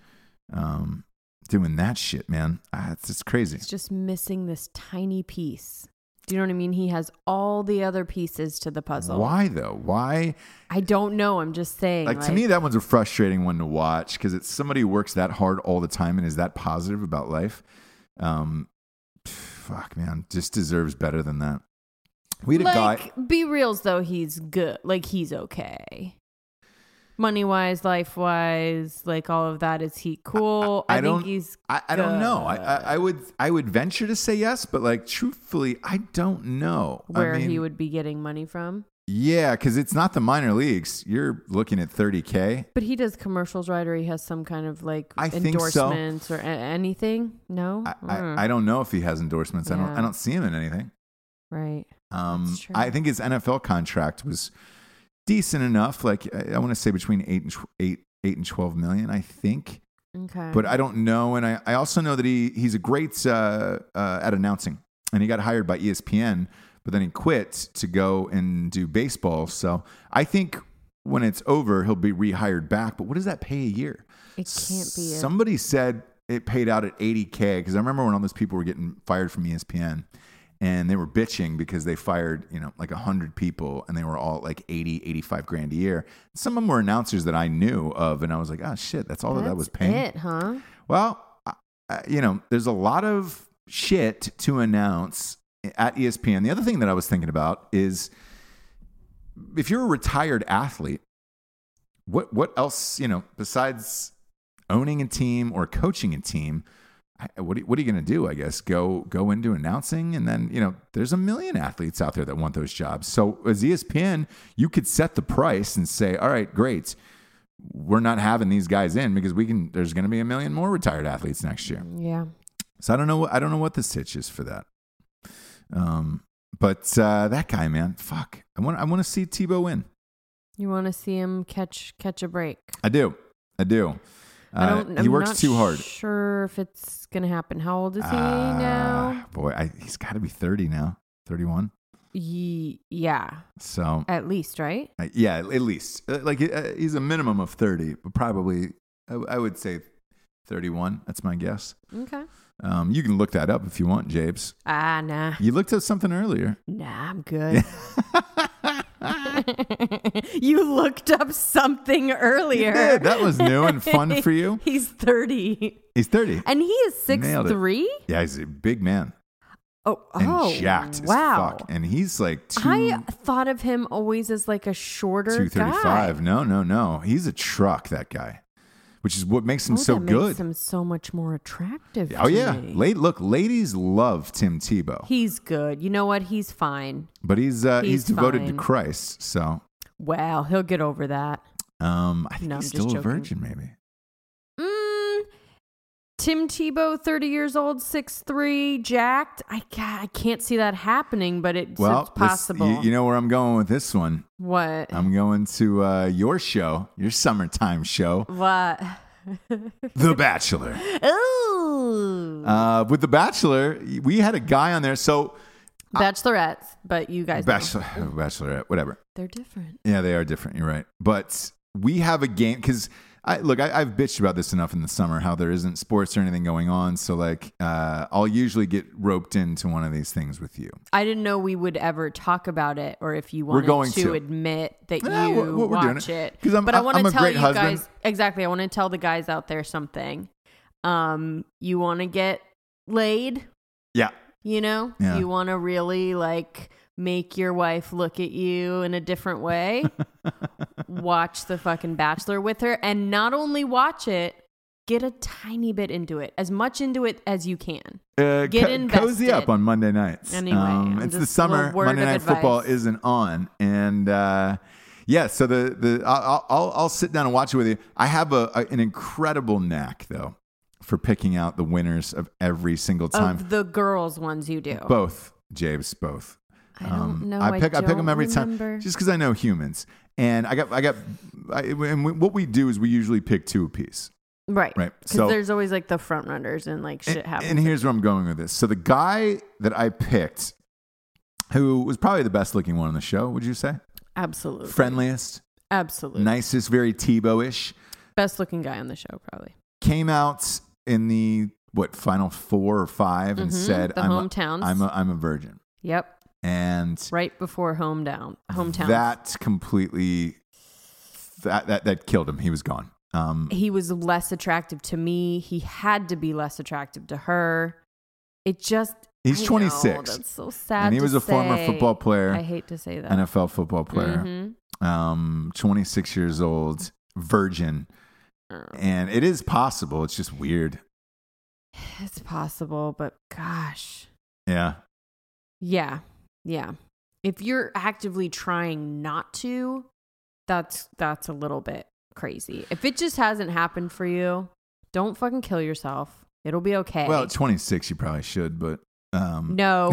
S1: um, doing that shit, man. Ah, it's, it's crazy.
S5: It's just missing this tiny piece. Do you know what I mean? He has all the other pieces to the puzzle.
S1: Why though? Why?
S5: I don't know. I'm just saying.
S1: Like to me, that one's a frustrating one to watch because it's somebody who works that hard all the time and is that positive about life. Um, pff, fuck, man, just deserves better than that. We had a guy.
S5: like be reals though. He's good. Like he's okay. Money wise, life wise, like all of that. Is he cool?
S1: I,
S5: think
S1: don't.
S5: he's.
S1: I, I don't know. I, I, I would. I would venture to say yes, but like truthfully, I don't know I
S5: where
S1: mean,
S5: he would be getting money from.
S1: Yeah, because it's not the minor leagues. You're looking at 30K.
S5: But he does commercials, right? Or he has some kind of like
S1: I think so.
S5: endorsements or a- anything? No, Hmm.
S1: I, I, I don't know if he has endorsements. I don't
S5: Mm-hmm. Yeah.
S1: I don't see him in anything.
S5: right.
S1: Um,
S5: That's true.
S1: I think his NFL contract was decent enough. Like I, I want to say between eight and tw- eight eight and twelve million. I think,
S5: Okay,
S1: but I don't know. And I, I also know that he he's a great uh, uh, at announcing, and he got hired by E ESPN, but then he quit to go and do baseball. So I think when it's over, he'll be rehired back. But what does that pay a year?
S5: it can't be. A,
S1: Somebody said it paid out at 80k because I remember when all those people were getting fired from E ESPN and they were bitching because they fired, you know, like 100 people and they were all at like 80, 85 grand a year. Some of them were announcers that I knew of and I was like, "Oh shit, that's all that that was
S5: That's
S1: paying."
S5: It, huh?
S1: Well, I, I- you know, there's a lot of shit to announce at E ESPN. The other thing that I was thinking about is if you're a retired athlete, what what else, you know, besides owning a team or coaching a team, I- what are, what are you going to do? I guess go go into announcing, and then you know there's a million athletes out there that want those jobs. So as E ESPN, you could set the price and say, all right, great, we're not having these guys in because we can. There's going to be a million more retired athletes next year.
S5: Yeah.
S1: So I don't know. I don't know what the stitch is for that. Um, but uh, that guy, man, fuck. I want. I want to see Tebow win.
S5: You want to see him catch catch a break?
S1: I do. I do.
S5: I
S1: Uh,
S5: don't.
S1: he
S5: I'm
S1: works
S5: not
S1: too hard.
S5: Sure, if it's gonna happen. How old is he
S1: Ah,
S5: now?
S1: Boy, I, he's got to be thirty now. Thirty-one.
S5: Ye- yeah,
S1: So
S5: at least right.
S1: Uh, yeah, at least Uh, like uh, he's a minimum of thirty, but probably I, I would say thirty-one. That's my guess.
S5: Okay.
S1: Um, you can look that up if you want, Japes.
S5: Ah, nah,
S1: You looked at something earlier. *laughs*
S5: nah, I'm good. *laughs* you looked up something earlier.
S1: Yeah, that was new and
S5: *laughs*
S1: fun for you.
S5: He's 30.
S1: He's thirty.
S5: And he is six
S1: Nailed it.
S5: three.
S1: Yeah, he's a big man
S5: Oh,
S1: and
S5: oh,
S1: jacked
S5: wow.
S1: as fuck, and he's like two.
S5: I thought of him always as like a shorter
S1: 235.
S5: guy.
S1: No, no, no. He's a truck, that guy, which is what makes him
S5: Oh,
S1: so
S5: that
S1: good.
S5: Makes him so much more attractive.
S1: oh,
S5: to
S1: yeah.
S5: me.
S1: Late, look, ladies love Tim Tebow,
S5: he's good. You know what? He's fine.
S1: but he's, uh, he's,
S5: he's
S1: devoted to
S5: fine.
S1: Christ. So
S5: Well, he'll get over that.
S1: um, I think
S5: No,
S1: he's
S5: I'm just
S1: still a
S5: joking.
S1: virgin, maybe.
S5: Mm, Tim Tebow, thirty years old, six three, jacked. I ca- I can't see that happening, but it's,
S1: well,
S5: it's
S1: this-
S5: possible.
S1: you, you know um, where I'm going with this one.
S5: what?
S1: I'm going to uh, your show, your summertime show,
S5: what? *laughs*
S1: The Bachelor.
S5: Ooh,
S1: Uh, with The Bachelor, we had a guy on there. So,
S5: bachelorettes, but you guys, know.
S1: Uh, Bachelor, Bachelorette, whatever.
S5: they're different.
S1: Yeah, they are different. You're right. But we have a game because I look. I, I've bitched about this enough in the summer how there isn't sports or anything going on. So like, uh, I'll usually get roped into one of these things with you.
S5: I didn't know we would ever talk about it, or if you
S1: We're
S5: wanted
S1: going
S5: to,
S1: to.
S5: admit that
S1: Yeah,
S5: you
S1: we're- we're doing
S5: watch
S1: it.
S5: it.
S1: 'Cause I'm-
S5: but I
S1: I'm-
S5: want
S1: I'm a
S5: to tell
S1: great
S5: you
S1: husband.
S5: guys exactly. I want to tell the guys out there something. Um, you want to get laid,
S1: Yeah.
S5: you know?
S1: Yeah.
S5: You want to really like make your wife look at you in a different way.
S1: *laughs*
S5: watch the fucking Bachelor with her, and not only watch it, get a tiny bit into it, as much into it as you can.
S1: Uh,
S5: Get
S1: cozy
S5: invested.
S1: up on Monday nights. Um,
S5: Anyway, I'm
S1: it's the
S5: just a little
S1: summer.
S5: word
S1: Monday
S5: of
S1: night football
S5: advice.
S1: isn't on, and uh, yeah. So the the I'll, I'll I'll sit down and watch it with you. I have a, a an incredible knack though for picking out the winners of every single time.
S5: Of the girls ones you do.
S1: Both, James, both. Um,
S5: I don't know.
S1: I
S5: I
S1: pick pick
S5: don't
S1: them every time
S5: remember.
S1: just because I know humans. And I got I got I, and we, what we do is we usually pick two apiece.
S5: Right.
S1: Right.
S5: Because
S1: So-
S5: there's always like the front runners and like shit
S1: And-
S5: happens.
S1: And here's where I'm going with this. So the guy that I picked, who was probably the best looking one on the show, would you say?
S5: Absolutely.
S1: Friendliest,
S5: Absolutely.
S1: nicest, very Tebow ish.
S5: Best looking guy on the show, probably.
S1: Came out in the what final four or 5 and
S5: Mhm,
S1: said,
S5: the
S1: I'm
S5: hometowns.
S1: A, I'm a I'm a virgin,
S5: Yep.
S1: and
S5: Right before hometown. Hometown.
S1: that completely that that that killed him. He was gone. Um,
S5: he was less attractive to me. He had to be less attractive to her. It just.
S1: He's
S5: I know,
S1: 26.
S5: that's so sad.
S1: and he
S5: to
S1: was a former
S5: say.
S1: football player,
S5: I hate to say that.
S1: NFL football player,
S5: Mhm.
S1: um, 26 years old, virgin.
S5: Oh.
S1: And it is possible. It's just weird.
S5: It's possible, but gosh.
S1: Yeah.
S5: Yeah. Yeah. if you're actively trying not to, that's that's a little bit crazy. If it just hasn't happened for you, don't fucking kill yourself. It'll be okay.
S1: Well, at *laughs* 26, you probably should, but *laughs* um,
S5: no.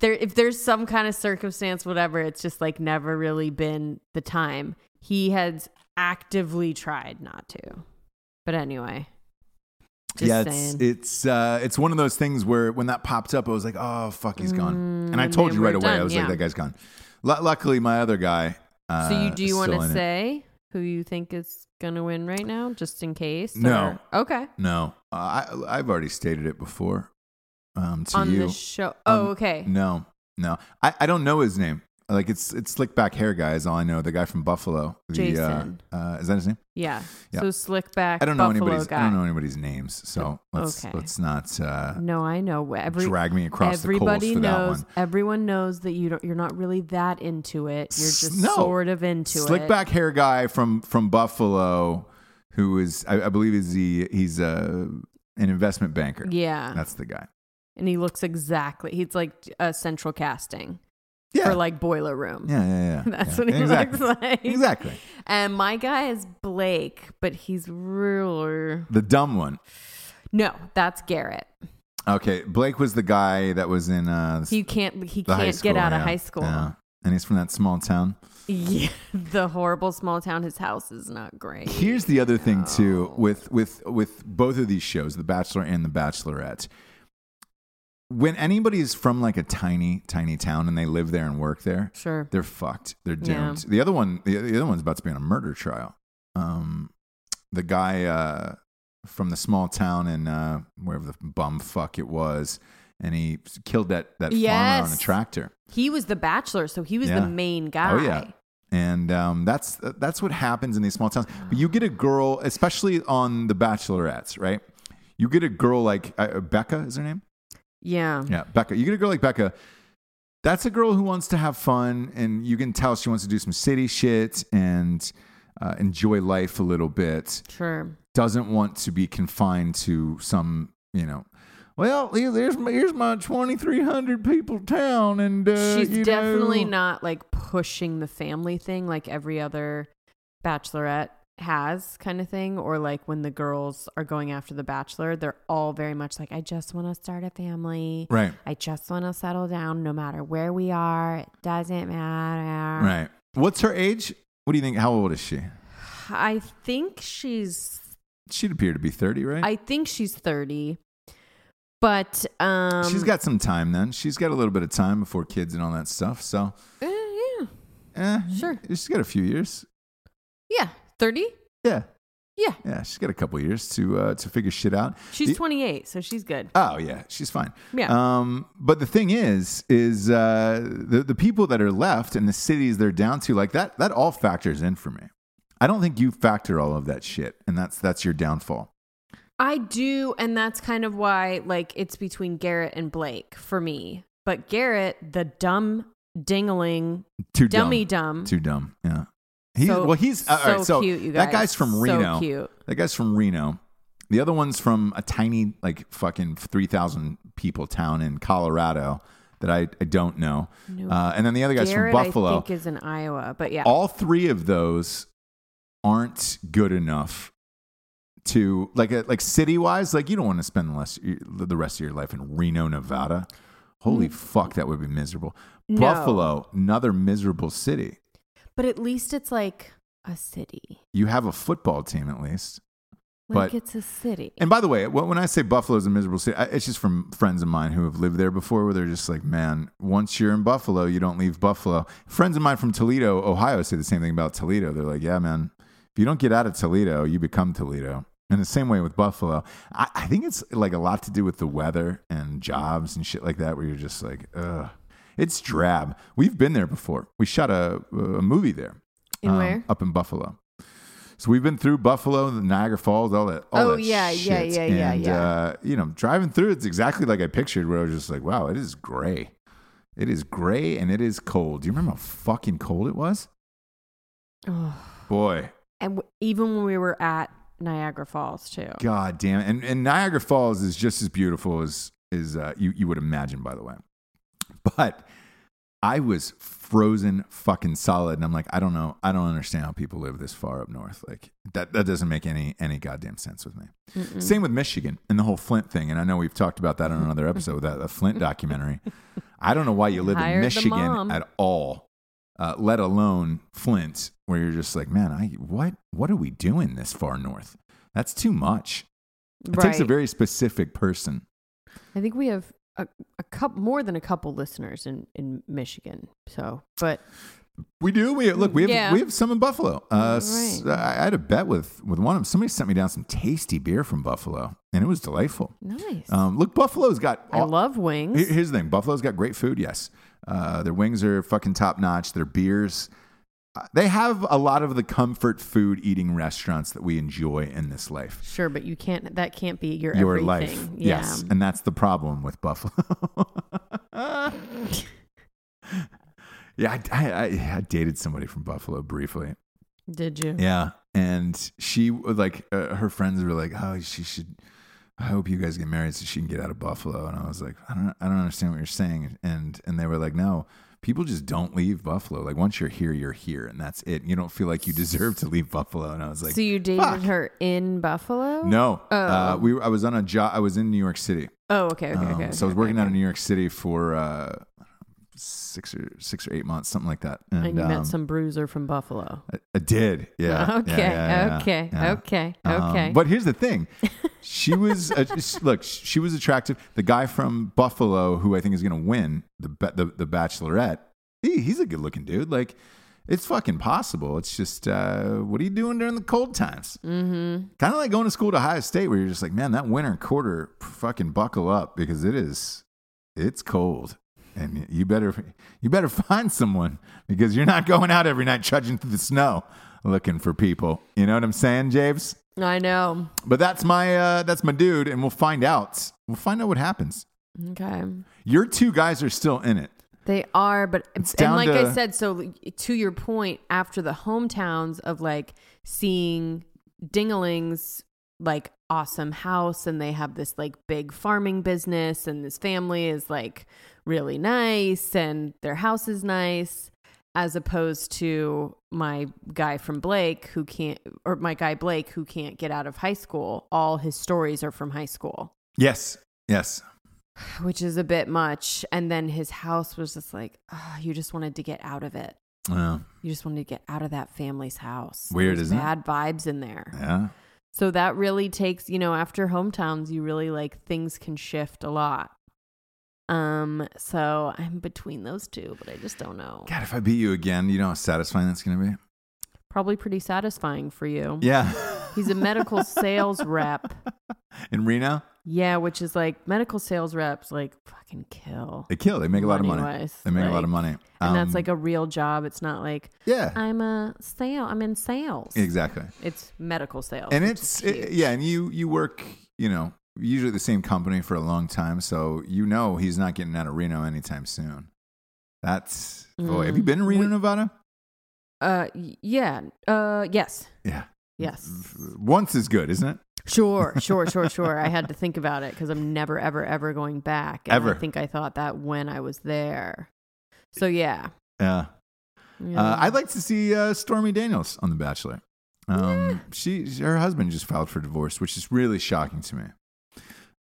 S5: there if there's some kind of circumstance whatever, it's just like never really been the time. He has actively tried not to. But anyway. Just
S1: yeah, it's
S5: saying.
S1: it's uh, it's one of those things where when that popped up, I was like, oh fuck, he's gone, and I
S5: and
S1: told
S5: then
S1: you right
S5: Mm, we're
S1: away. I
S5: done,
S1: was
S5: yeah.
S1: like, that guy's gone. Lu luckily, my other guy. Uh,
S5: So you do
S1: is
S5: you want
S1: still
S5: to
S1: in it.
S5: say who you think is gonna win right now, just in case?
S1: No.
S5: or- Okay.
S1: No, uh, I I've already stated it before. Um, to
S5: On
S1: you.
S5: the show. Oh,
S1: Um,
S5: okay.
S1: No, no, I, I don't know his name. Like it's it's slick back hair guy is all I know. The guy from Buffalo. The,
S5: Jason.
S1: Uh, uh, is that his name?
S5: Yeah.
S1: Yeah.
S5: So slick back.
S1: I don't know
S5: Buffalo
S1: anybody's.
S5: Guy.
S1: I don't know anybody's names. So let's
S5: Okay.
S1: let's not uh,
S5: No, I know. Every,
S1: drag me across the coals
S5: everybody
S1: for that
S5: knows.
S1: one.
S5: Everyone knows that you don't. You're not really that into it. You're
S1: S-
S5: just
S1: no.
S5: sort of into
S1: Slick
S5: it.
S1: back hair guy from from Buffalo, who is I, I believe is the he's uh, an investment banker.
S5: Yeah.
S1: that's the guy.
S5: and he looks exactly. He's like a central casting
S1: Yeah,
S5: for like Boiler Room.
S1: yeah, yeah, yeah.
S5: *laughs* That's
S1: yeah.
S5: what he
S1: exactly.
S5: looks like.
S1: Exactly.
S5: And my guy is Blake, but he's really
S1: The dumb one.
S5: No, that's Garrett.
S1: Okay, Blake was the guy that was in uh,
S5: He can't. He
S1: the high
S5: can't
S1: school,
S5: get out of
S1: yeah.
S5: high school.
S1: Yeah. And he's from that small town.
S5: *laughs* Yeah, the horrible small town. His house is not great.
S1: Here's the other thing too with with with both of these shows, The Bachelor and The Bachelorette. When anybody is from like a tiny tiny town and they live there and work there,
S5: Sure.
S1: they're fucked. They're
S5: Yeah.
S1: doomed. The other one the, the other one's about to be on a murder trial. Um the guy uh from the small town in uh wherever the bum fuck it was and he killed that that farmer on a
S5: Yes.
S1: tractor.
S5: He was the bachelor, so he was
S1: Yeah.
S5: the main guy.
S1: Oh yeah, and um, that's that's what happens in these small towns. But you get a girl, especially on the Bachelorettes, right? You get a girl like uh, Becca is her name.
S5: Yeah.
S1: Yeah, Becca. You get a girl like Becca. That's a girl who wants to have fun, and you can tell she wants to do some city shit and uh, enjoy life a little bit.
S5: Sure.
S1: Doesn't want to be confined to some, you know. Well, here- here's my, here's my twenty three hundred people town, and uh,
S5: She's
S1: you
S5: definitely
S1: know,
S5: not like pushing the family thing like every other bachelorette has kind of thing or like when the girls are going after the bachelor they're all very much like I just want to start a family.
S1: right,
S5: I just want to settle down no matter where we are. It doesn't matter.
S1: right. What's her age? What do you think? How old is she?
S5: I think she's
S1: She'd appear to be 30, right?
S5: I think she's 30. But um
S1: She's got some time then. She's got a little bit of time before kids and all that stuff. So,
S5: eh, yeah.
S1: eh,
S5: Sure.
S1: She's got a few years.
S5: Yeah, 30?
S1: Yeah.
S5: Yeah.
S1: Yeah. She's got a couple years to uh, to figure shit out.
S5: She's
S1: The-
S5: 28, so she's good.
S1: Oh, yeah. She's fine.
S5: Yeah.
S1: Um, but the thing is, is uh, the, the people that are left and the cities they're down to, like that, that all factors in for me. I don't think you factor all of that shit. And that's, that's your downfall.
S5: I do, and that's kind of why like it's between Garrett and Blake for me. But Garrett, the dumb dingling
S1: Too
S5: dummy
S1: dumb.
S5: dumb.
S1: Too dumb. Yeah. He's,
S5: So-
S1: well, he's uh, all right, so that guy's from
S5: So
S1: Reno.
S5: cute.
S1: That guy's from Reno. The other one's from a tiny, like fucking three thousand people town in Colorado that I, I don't know. Uh, and then the other guy's
S5: Garrett,
S1: from
S5: I
S1: Buffalo.
S5: think is in Iowa, but yeah.
S1: All three of those aren't good enough to like a, like city wise. Like you don't want to spend the less the rest of your life in Reno, Nevada. Holy fuck, that would be miserable.
S5: Mm. No.
S1: Buffalo, another miserable city.
S5: but at least it's like a city.
S1: You have a football team at least.
S5: Like
S1: But-
S5: it's a city.
S1: And by the way, wh- when I say Buffalo's a miserable city, I- it's just from friends of mine who have lived there before, where they're just like, man, once you're in Buffalo, you don't leave Buffalo. Friends of mine from Toledo, Ohio, say the same thing about Toledo. They're like, yeah, man, if you don't get out of Toledo, you become Toledo. And the same way with Buffalo, I, I think it's like a lot to do with the weather and jobs and shit like that, where you're just like, ugh, it's drab. We've been there before. We shot a, a movie there.
S5: In
S1: um,
S5: where?
S1: Up in Buffalo. So we've been through Buffalo, the Niagara Falls, all that. All
S5: Oh,
S1: that
S5: yeah, yeah,
S1: shit.
S5: yeah, yeah,
S1: And,
S5: yeah.
S1: Uh, you know, driving through, it's exactly like I pictured. Where I was just like, wow, it is gray. It is gray and it is cold. Do you remember how fucking cold it was?
S5: Oh.
S1: Boy,
S5: And w- even when we were at Niagara Falls too.
S1: god damn. it. And and Niagara Falls is just as beautiful as as uh, you you would imagine. By the way, but I was frozen fucking solid, and I'm like, I don't know, I don't understand how people live this far up north. Like that that doesn't make any any goddamn sense with me. Same with Michigan and the whole Flint thing, and I know we've talked about that on
S5: *laughs*
S1: another episode, that the Flint documentary. I don't know why you live
S5: Hired
S1: in
S5: the
S1: Michigan
S5: mom.
S1: at all, uh, let alone Flint, where you're just like, man, I what what are we doing this far north? That's too much. It takes a
S5: Right.
S1: very specific person.
S5: I think we have a, a couple more than a couple listeners in in Michigan. So, but
S1: We do. We look. We have
S5: Yeah.
S1: we have some in Buffalo. Uh, s- I I had a bet with with one of them. Somebody sent me down some tasty beer from Buffalo, and it was delightful.
S5: nice.
S1: Um, look, Buffalo's got.
S5: I love wings.
S1: Here- Here's the thing: Buffalo's got great food. Yes, uh, their wings are fucking top notch. Their beers, uh, they have a lot of the comfort food eating restaurants that we enjoy in this life.
S5: sure, but you can't. That can't be your
S1: Your
S5: everything.
S1: life,
S5: Yeah.
S1: yes, and that's the problem with
S5: *laughs*
S1: Buffalo. *laughs* yeah, I, I, I, I dated somebody from Buffalo briefly.
S5: Did you?
S1: Yeah. And she was like, uh, her friends were like, oh, she should, I hope you guys get married so she can get out of Buffalo. And I was like, I don't, I don't understand what you're saying. And, and they were like, no, people just don't leave Buffalo. Like once you're here, you're here and that's it. You don't feel like you deserve to leave Buffalo. And I was like,
S5: so you dated
S1: fuck.
S5: her in Buffalo?
S1: no,
S5: Oh.
S1: uh, we, were- I was on a job. I was in New York city.
S5: Oh, okay, okay,
S1: Um,
S5: okay.
S1: so I was
S5: okay,
S1: working
S5: okay.
S1: out in New York city for, uh, six or six or eight months, something like that. And,
S5: And you
S1: um,
S5: met some bruiser from Buffalo.
S1: I, I did. Yeah. Yeah,
S5: *laughs* okay,
S1: yeah, yeah,
S5: okay,
S1: yeah.
S5: okay,
S1: Um,
S5: okay.
S1: But here's the thing. She was uh, *laughs* sh- look. She was attractive. The guy from Buffalo, who I think is going to win the, ba- the the Bachelorette, he, he's a good looking dude. Like, it's fucking possible. It's just, uh, what are you doing during the cold times?
S5: mm-hmm.
S1: Kind of like going to school to Ohio State, where you're just like, man, that winter quarter, fucking buckle up because it is, it's cold, and you better you better *laughs* find someone because you're not going out every night trudging through the snow looking for people. You know what I'm saying, Javes?
S5: I know.
S1: But that's my uh, that's my dude, and we'll find out. We'll find out what happens.
S5: Okay.
S1: Your two guys are still in it.
S5: They are, but and
S1: down
S5: like
S1: to-
S5: I said, so like, to your point, after the hometowns of like seeing Dingling's like awesome house, and they have this like big farming business, and this family is like really nice, and their house is nice, as opposed to my guy from Blake who can't, or my guy Blake who can't get out of high school. All his stories are from high school
S1: Yes, yes.
S5: which is a bit much. And then his house was just like, ah, you just wanted to get out of it.
S1: Well,
S5: You just wanted to get out of that family's house.
S1: Weird,
S5: There's
S1: isn't it?
S5: bad vibes in there.
S1: yeah.
S5: So that really takes, you know, after hometowns, you really like things can shift a lot. Um, so I'm between those two, but I just don't know.
S1: God, if I beat you again, you know how satisfying that's gonna be.
S5: Probably pretty satisfying for you.
S1: Yeah. *laughs*
S5: He's a medical sales rep.
S1: in Reno,
S5: Yeah, which is like medical sales reps like fucking kill.
S1: they kill. They make a lot of money.
S5: Money-wise,
S1: They make a lot
S5: like-
S1: of money.
S5: And
S1: Um,
S5: that's like a um, real job. It's not like
S1: yeah.
S5: I'm a sale. I'm in sales.
S1: exactly.
S5: It's medical sales.
S1: And
S5: which
S1: it's
S5: is
S1: it-
S5: huge.
S1: yeah, and you you work you know usually the same company for a long time, so you know he's not getting out of Reno anytime soon. That's boy.
S5: Mm.
S1: Have you been to Reno, Nevada?
S5: Uh, y- yeah. Uh, yes.
S1: Yeah. Mm-hmm.
S5: Yes.
S1: Once is good, isn't it?
S5: Sure. Sure.
S1: *laughs*
S5: Sure. Sure. I had to think about it because I'm never, ever, ever going back. And
S1: Ever.
S5: I think I thought that when I was there. So yeah.
S1: Yeah.
S5: Yeah.
S1: Uh, I'd like to see uh, Stormy Daniels on The Bachelor. Um, She her husband just filed for divorce, which is really shocking to me.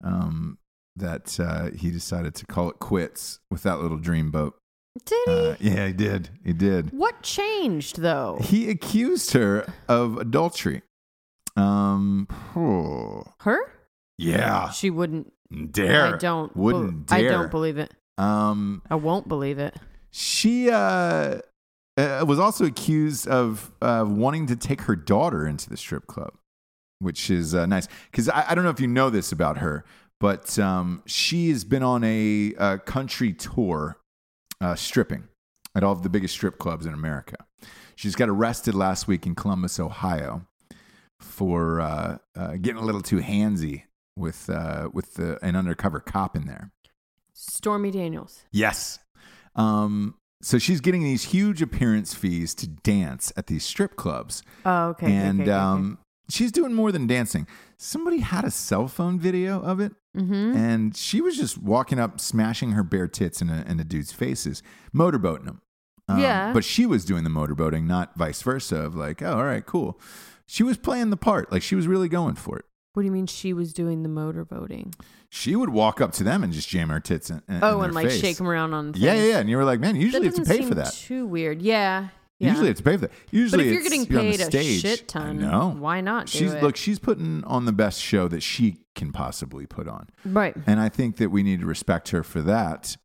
S1: Um, that uh, he decided to call it quits with that little dreamboat.
S5: Did he? *laughs*
S1: Uh, yeah, he did. He did.
S5: what changed though?
S1: He accused her of adultery. Um, oh,
S5: Her?
S1: yeah,
S5: She wouldn't.
S1: dare
S5: I don't.
S1: wouldn't
S5: bel-
S1: dare.
S5: I don't believe it.
S1: Um,
S5: I won't believe it.
S1: she uh, uh, was also accused of uh, wanting to take her daughter into the strip club, which is uh, nice because I, I don't know if you know this about her, but um, she has been on a, uh country tour uh, stripping at all of the biggest strip clubs in America. She's got arrested last week in Columbus, Ohio, for uh, uh, getting a little too handsy with uh, with the, an undercover cop in there.
S5: Stormy Daniels.
S1: Yes. Um, so she's getting these huge appearance fees to dance at these strip clubs.
S5: Oh, okay. okay,
S1: and
S5: okay, okay, okay.
S1: um, she's doing more than dancing. Somebody had a cell phone video of it,
S5: Mm-hmm.
S1: and she was just walking up, smashing her bare tits in a, in a dude's faces, motorboating him. Um,
S5: Yeah.
S1: But she was doing the motorboating, not vice versa, of like, oh, all right, cool. She was playing the part. Like, she was really going for it.
S5: What do you mean she was doing the motorboating?
S1: She would walk up to them and just jam her tits in, in
S5: Oh,
S1: their
S5: and like
S1: face.
S5: shake them around on. Things.
S1: Yeah, yeah, yeah. And you were like, man, you
S5: That
S1: usually have to
S5: doesn't
S1: pay
S5: seem
S1: for that.
S5: Too weird. Yeah. yeah.
S1: Usually it's paid for that. Usually
S5: you're
S1: it's-
S5: getting
S1: on the
S5: paid a
S1: stage.
S5: shit ton,
S1: I know.
S5: why not do
S1: She's
S5: it?
S1: look. She's putting on the best show that she can possibly put on,
S5: right.
S1: and I think that we need to respect her for that,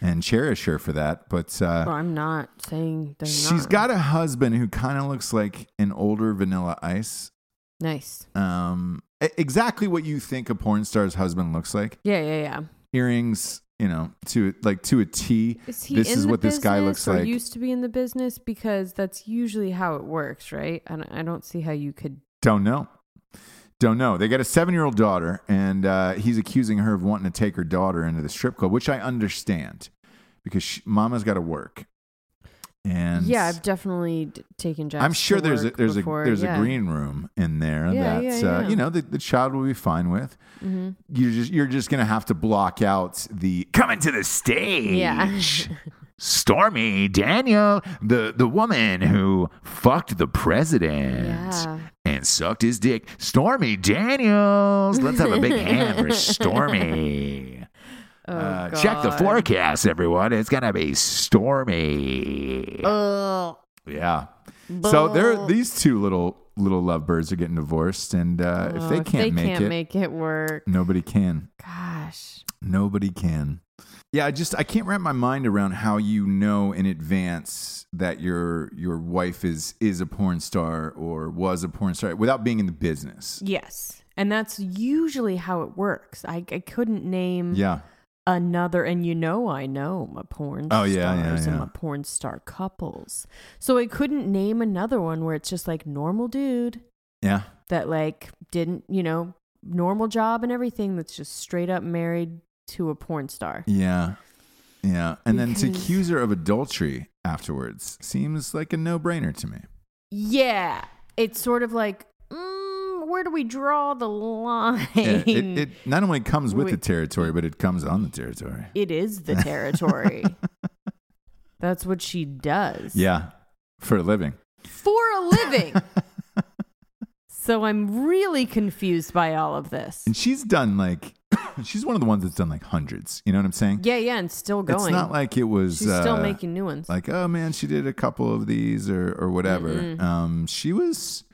S1: and cherish her for that. But
S5: Well,
S1: uh,
S5: I'm not saying they're
S1: she's
S5: not.
S1: got a husband who kind of looks like an older Vanilla Ice.
S5: nice.
S1: Um, e- exactly what you think a porn star's husband looks like.
S5: Yeah, yeah, yeah.
S1: Earrings, you know, to like to a T.
S5: Is he
S1: this
S5: in
S1: is
S5: the
S1: what this guy
S5: business
S1: looks
S5: or
S1: like.
S5: Used to be in the business because that's usually how it works, right? And I don't see how you could.
S1: Don't know. Don't know. They got a seven year old daughter, and uh, he's accusing her of wanting to take her daughter into the strip club, which I understand because she, mama's got to work. And
S5: yeah, I've definitely d- taken jobs.
S1: I'm sure
S5: to
S1: there's a,
S5: work
S1: there's
S5: before,
S1: a there's
S5: yeah.
S1: a green room in there
S5: Yeah,
S1: that
S5: yeah,
S1: Uh,
S5: yeah. Mm-hmm.
S1: you know the, the child will be fine with. You're just you're just gonna have to block out the
S2: Coming to the stage.
S5: Yeah. *laughs*
S2: Stormy Daniel, the, the woman who fucked the president
S5: Yeah.
S2: and sucked his dick. Stormy Daniels. Let's have a big hand
S5: *laughs*
S2: for Stormy.
S5: Oh,
S2: Uh, check the
S5: God.
S2: forecast, everyone. It's going to be stormy.
S5: Ugh.
S1: yeah. So they're these two little little lovebirds are getting divorced, and uh, if
S5: Oh,
S1: they can't make
S5: can't
S1: it,
S5: make it work,
S1: nobody can.
S5: gosh.
S1: Nobody can. Yeah, I just I can't wrap my mind around how you know in advance that your your wife is is a porn star or was a porn star without being in the business.
S5: Yes, and that's usually how it works. I, I couldn't name
S1: Yeah.
S5: another, and you know, I know my porn
S1: Oh,
S5: stars
S1: yeah, yeah, yeah.
S5: and my porn star couples. So I couldn't name another one where it's just like normal dude
S1: Yeah.
S5: that like didn't you know normal job and everything that's just straight up married to a porn star.
S1: Yeah. Yeah. And then to
S5: Because-
S1: accuse her of adultery afterwards seems like a no-brainer
S5: *laughs*
S1: to me.
S5: Yeah, it's sort of like. Mm, where do we draw the line?
S1: It, it, it not only comes with
S5: we-
S1: the territory, but it comes on the territory.
S5: It is
S1: *laughs*
S5: the territory. That's what she does.
S1: Yeah. For a living.
S5: For a living. *laughs* so I'm really confused by all of this.
S1: And she's done like *coughs* she's one of the ones that's done like hundreds. You know what I'm saying?
S5: Yeah, yeah, and still going.
S1: It's not like it was
S5: She's still
S1: uh,
S5: making new ones.
S1: like oh man she did a couple of these or or whatever um she was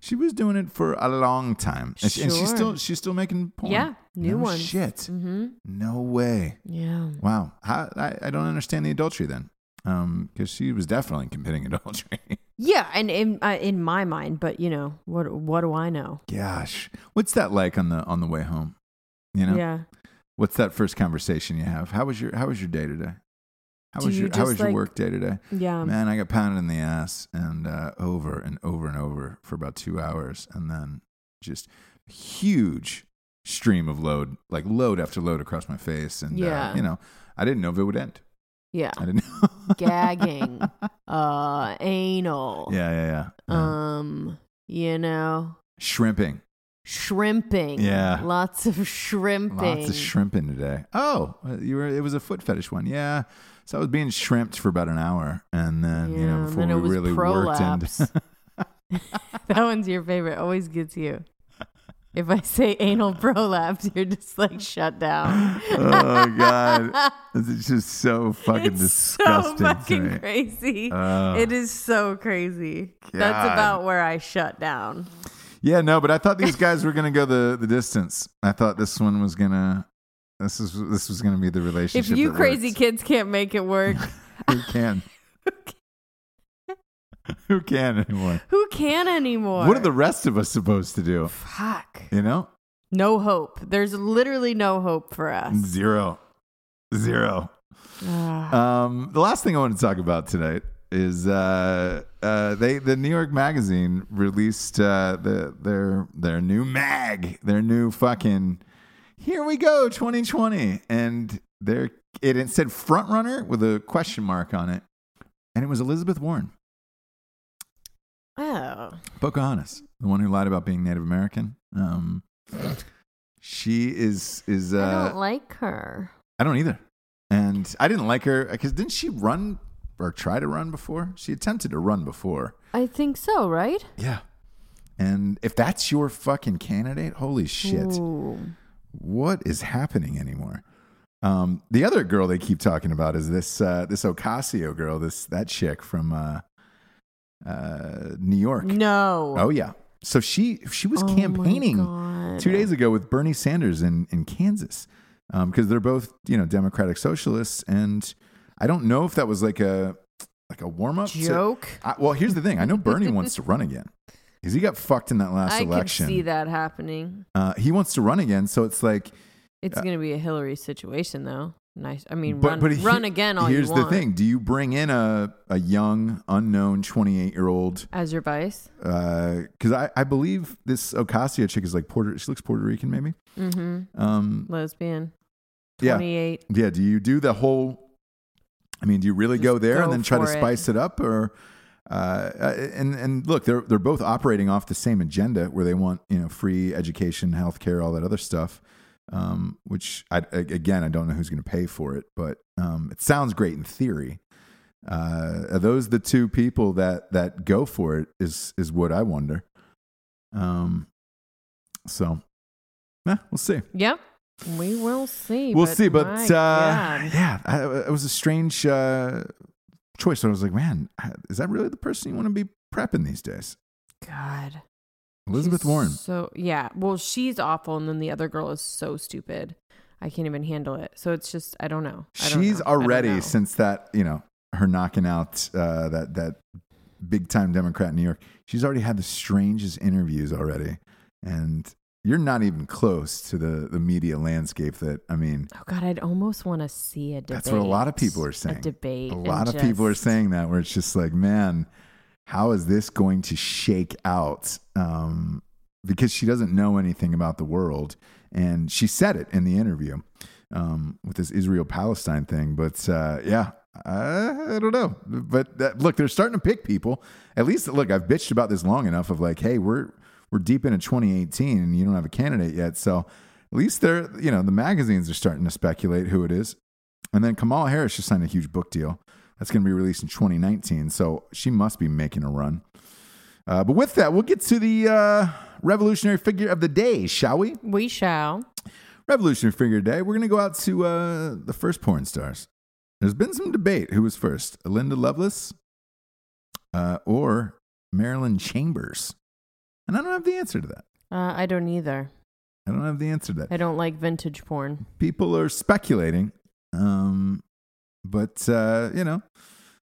S1: she was doing it for a long time and, she- and she's
S5: Sure.
S1: still she's still making porn
S5: Yeah, new
S1: no
S5: ones. Mm-hmm.
S1: shit no way
S5: yeah.
S1: wow How, I, I don't understand the adultery then um because she was definitely committing *laughs* adultery
S5: Yeah, and in uh, in my mind, but you know, what what do I know?
S1: gosh what's that like on the on the way home you know
S5: Yeah.
S1: what's that first conversation you have how was your how was your day today how
S5: Do
S1: was
S5: you
S1: your how
S5: just,
S1: was your
S5: like- um,
S1: work day today
S5: Yeah.
S1: Man, I got pounded in the ass and uh, over and over and over for about two hours, and then just huge stream of load, like load after load across my face, and uh,
S5: Yeah.
S1: you know, I didn't know if it would end.
S5: Yeah.
S1: I didn't. *laughs* Know. *laughs*
S5: Gagging. Uh anal.
S1: yeah, yeah, yeah. Yeah.
S5: Um, you know,
S1: shrimping.
S5: shrimping.
S1: Yeah.
S5: Lots of shrimping.
S1: Lots of shrimping today. Oh, you were. It was a foot fetish one. Yeah. So I was being shrimped for about an hour, and then you know
S5: Yeah, and
S1: before
S5: then it
S1: we
S5: was
S1: really worked
S5: prolapse. *laughs* That one's your favorite. Always gets you. If I say anal
S1: *laughs*
S5: prolapse, you're just like shut down.
S1: and *laughs* oh god, it's just so fucking
S5: It's so
S1: disgusting. to me. Uh,
S5: fucking crazy. it is so crazy. That's
S1: God.
S5: about where I shut down.
S1: Yeah, no, but I thought these guys were gonna go the, the distance. I thought this one was gonna this is this was gonna be the relationship.
S5: If you
S1: that
S5: crazy
S1: works.
S5: kids can't make
S1: *laughs*
S5: it work,
S1: who can? who can anymore?
S5: who can anymore?
S1: What are the rest of us supposed to do?
S5: fuck?
S1: You know,
S5: No hope. There's literally no hope for us.
S1: zero, zero.
S5: Ah.
S1: Um, the last thing I want to talk about tonight is uh, uh, they the New York Magazine released uh, the, their their new mag, their new fucking here we go 2020, and their it, it said front runner with a question mark on it, and it was Elizabeth Warren,
S5: Oh,
S1: Pocahontas. the one who lied about being Native American. Um, she is is uh,
S6: I don't like her.
S1: I don't either. And I didn't like her because didn't she run or try to run before? She attempted to run before.
S6: I think so, right?
S1: Yeah. And if that's your fucking candidate, holy shit.
S6: Ooh.
S1: What is happening anymore? Um, the other girl they keep talking about is this uh, this Ocasio girl, this that chick from uh, uh, New York.
S5: No. Oh
S1: Oh yeah. So she she
S6: Oh
S1: was campaigning two days ago with Bernie Sanders in in Kansas because they're both you know Democratic socialists, and I don't know if that was like a like a warm up
S5: Joke?
S1: I, well, here's the thing: I know
S6: *laughs*
S1: Bernie wants to run again because he got fucked in that last
S6: I
S1: election.
S6: could see that happening.
S1: Uh, he wants to run again, so it's like,
S6: It's going to be a Hillary situation, though. Nice. I mean,
S1: Uh, but
S6: run,
S1: but he-
S6: run again all
S1: here's
S6: you want.
S1: the thing: do you bring in a a young, unknown, 28 year old?
S6: As your vice.
S1: Because I I believe this Ocasio chick is like Puerto. She looks Puerto Rican, maybe.
S6: Mm-hmm.
S1: Um,
S6: Lesbian.
S1: yeah.
S6: 28.
S1: Yeah. Do you do the whole? I mean, do you really go
S6: Just
S1: there
S6: go
S1: and then try to
S6: for it.
S1: spice it, up, or uh, uh, and and look, they're they're both operating off the same agenda where they want you know free education, healthcare, all that other stuff. Um, which I a- again I don't know who's going to pay for it, but um, it sounds great in theory. Uh, are those the two people that that go for it? Is is what I wonder. Um, so, eh, we'll see
S6: Yep. We will see.
S1: we'll see but
S6: my
S1: uh,
S6: God.
S1: *laughs* yeah I, it was a strange uh, choice i was like man is that really the person you want to be prepping these days
S6: God.
S1: elizabeth
S6: She's
S1: warren
S6: So yeah, well, she's awful, and then the other girl is so stupid. I can't even handle it. So it's just I don't know. I don't
S1: she's
S6: know. I don't know.
S1: already since that you know her knocking out uh, that that big time democrat in new york she's already had the strangest interviews already and you're not even close to the the media landscape that i mean
S6: Oh God, I'd almost want to see a debate.
S1: That's what a lot of people are saying.
S6: A debate.
S1: A
S6: and
S1: lot of people are
S6: just-
S1: saying that, where it's just like, man, how is this going to shake out? Um, because she doesn't know anything about the world. And she said it in the interview um, with this Israel Palestine thing. But uh, yeah, I, I don't know. But that, look, they're starting to pick people. At least, look, I've bitched about this long enough of like, hey, we're we're deep into 2018 and you don't have a candidate yet. So at least they're, you know, the magazines are starting to speculate who it is. And then Kamala Harris just signed a huge book deal. That's going to be released in 2019. So she must be making a run. Uh, but with that, we'll get to the uh, revolutionary figure of the day, shall we?
S6: We shall.
S1: Revolutionary figure of the day. We're going to go out to uh, the first porn stars. There's been some debate who was first, Linda Lovelace uh, or Marilyn Chambers. And I don't have the answer to that.
S6: Uh, I don't either.
S1: I don't have the answer to that.
S6: I don't like vintage porn.
S1: people are speculating. Um, but uh, you know,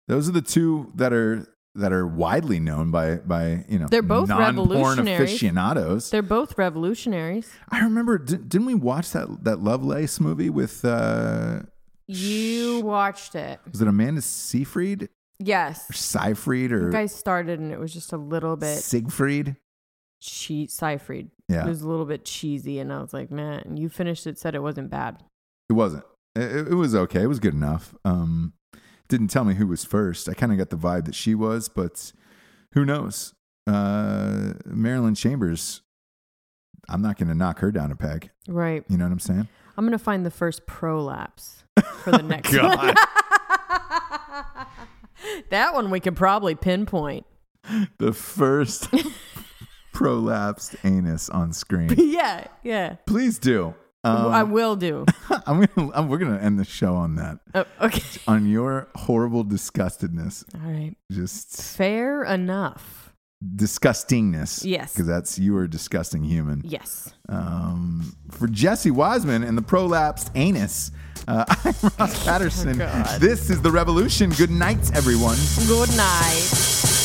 S1: those are the two that are that are widely known by by you know
S6: They're both
S1: non-porn
S6: revolutionaries.
S1: aficionados.
S6: They're both revolutionaries.
S1: I remember di- didn't we watch that that Lovelace movie with uh,
S6: You watched it.
S1: was it Amanda Seyfried
S6: Yes.
S1: or Seyfried
S6: You
S1: or
S6: guys started and it was just a little bit
S1: Siegfried?
S6: che- Seyfried.
S1: Yeah,
S6: It was a little bit cheesy and I was like, man, and you finished it, said it wasn't bad.
S1: It wasn't. It, it was okay. It was good enough. Um, didn't tell me who was first. I kind of got the vibe that she was, but who knows? Uh, Marilyn Chambers. I'm not going to knock her down a peg.
S6: Right.
S1: You know what I'm saying?
S6: I'm gonna find the first prolapse
S1: *laughs*
S6: for the next one. *laughs*
S5: That one we could
S6: *laughs*
S5: probably pinpoint.
S1: The first prolapsed anus on screen.
S5: Yeah, yeah.
S1: Please do. *laughs* Um,
S5: I
S6: *laughs*
S5: will do.
S1: I'm gonna, I'm, we're going to end the show on that.
S5: Oh, okay.
S1: On your horrible disgustedness.
S6: All right.
S1: Just
S6: Fair enough.
S1: disgustingness.
S5: Yes.
S1: Because that's, you are a disgusting human.
S6: Yes.
S1: Um, for Jesse Wiseman and the prolapsed anus, uh, *laughs* I'm Ross Patterson. this is The Revolution. Good night, everyone.
S6: Good night.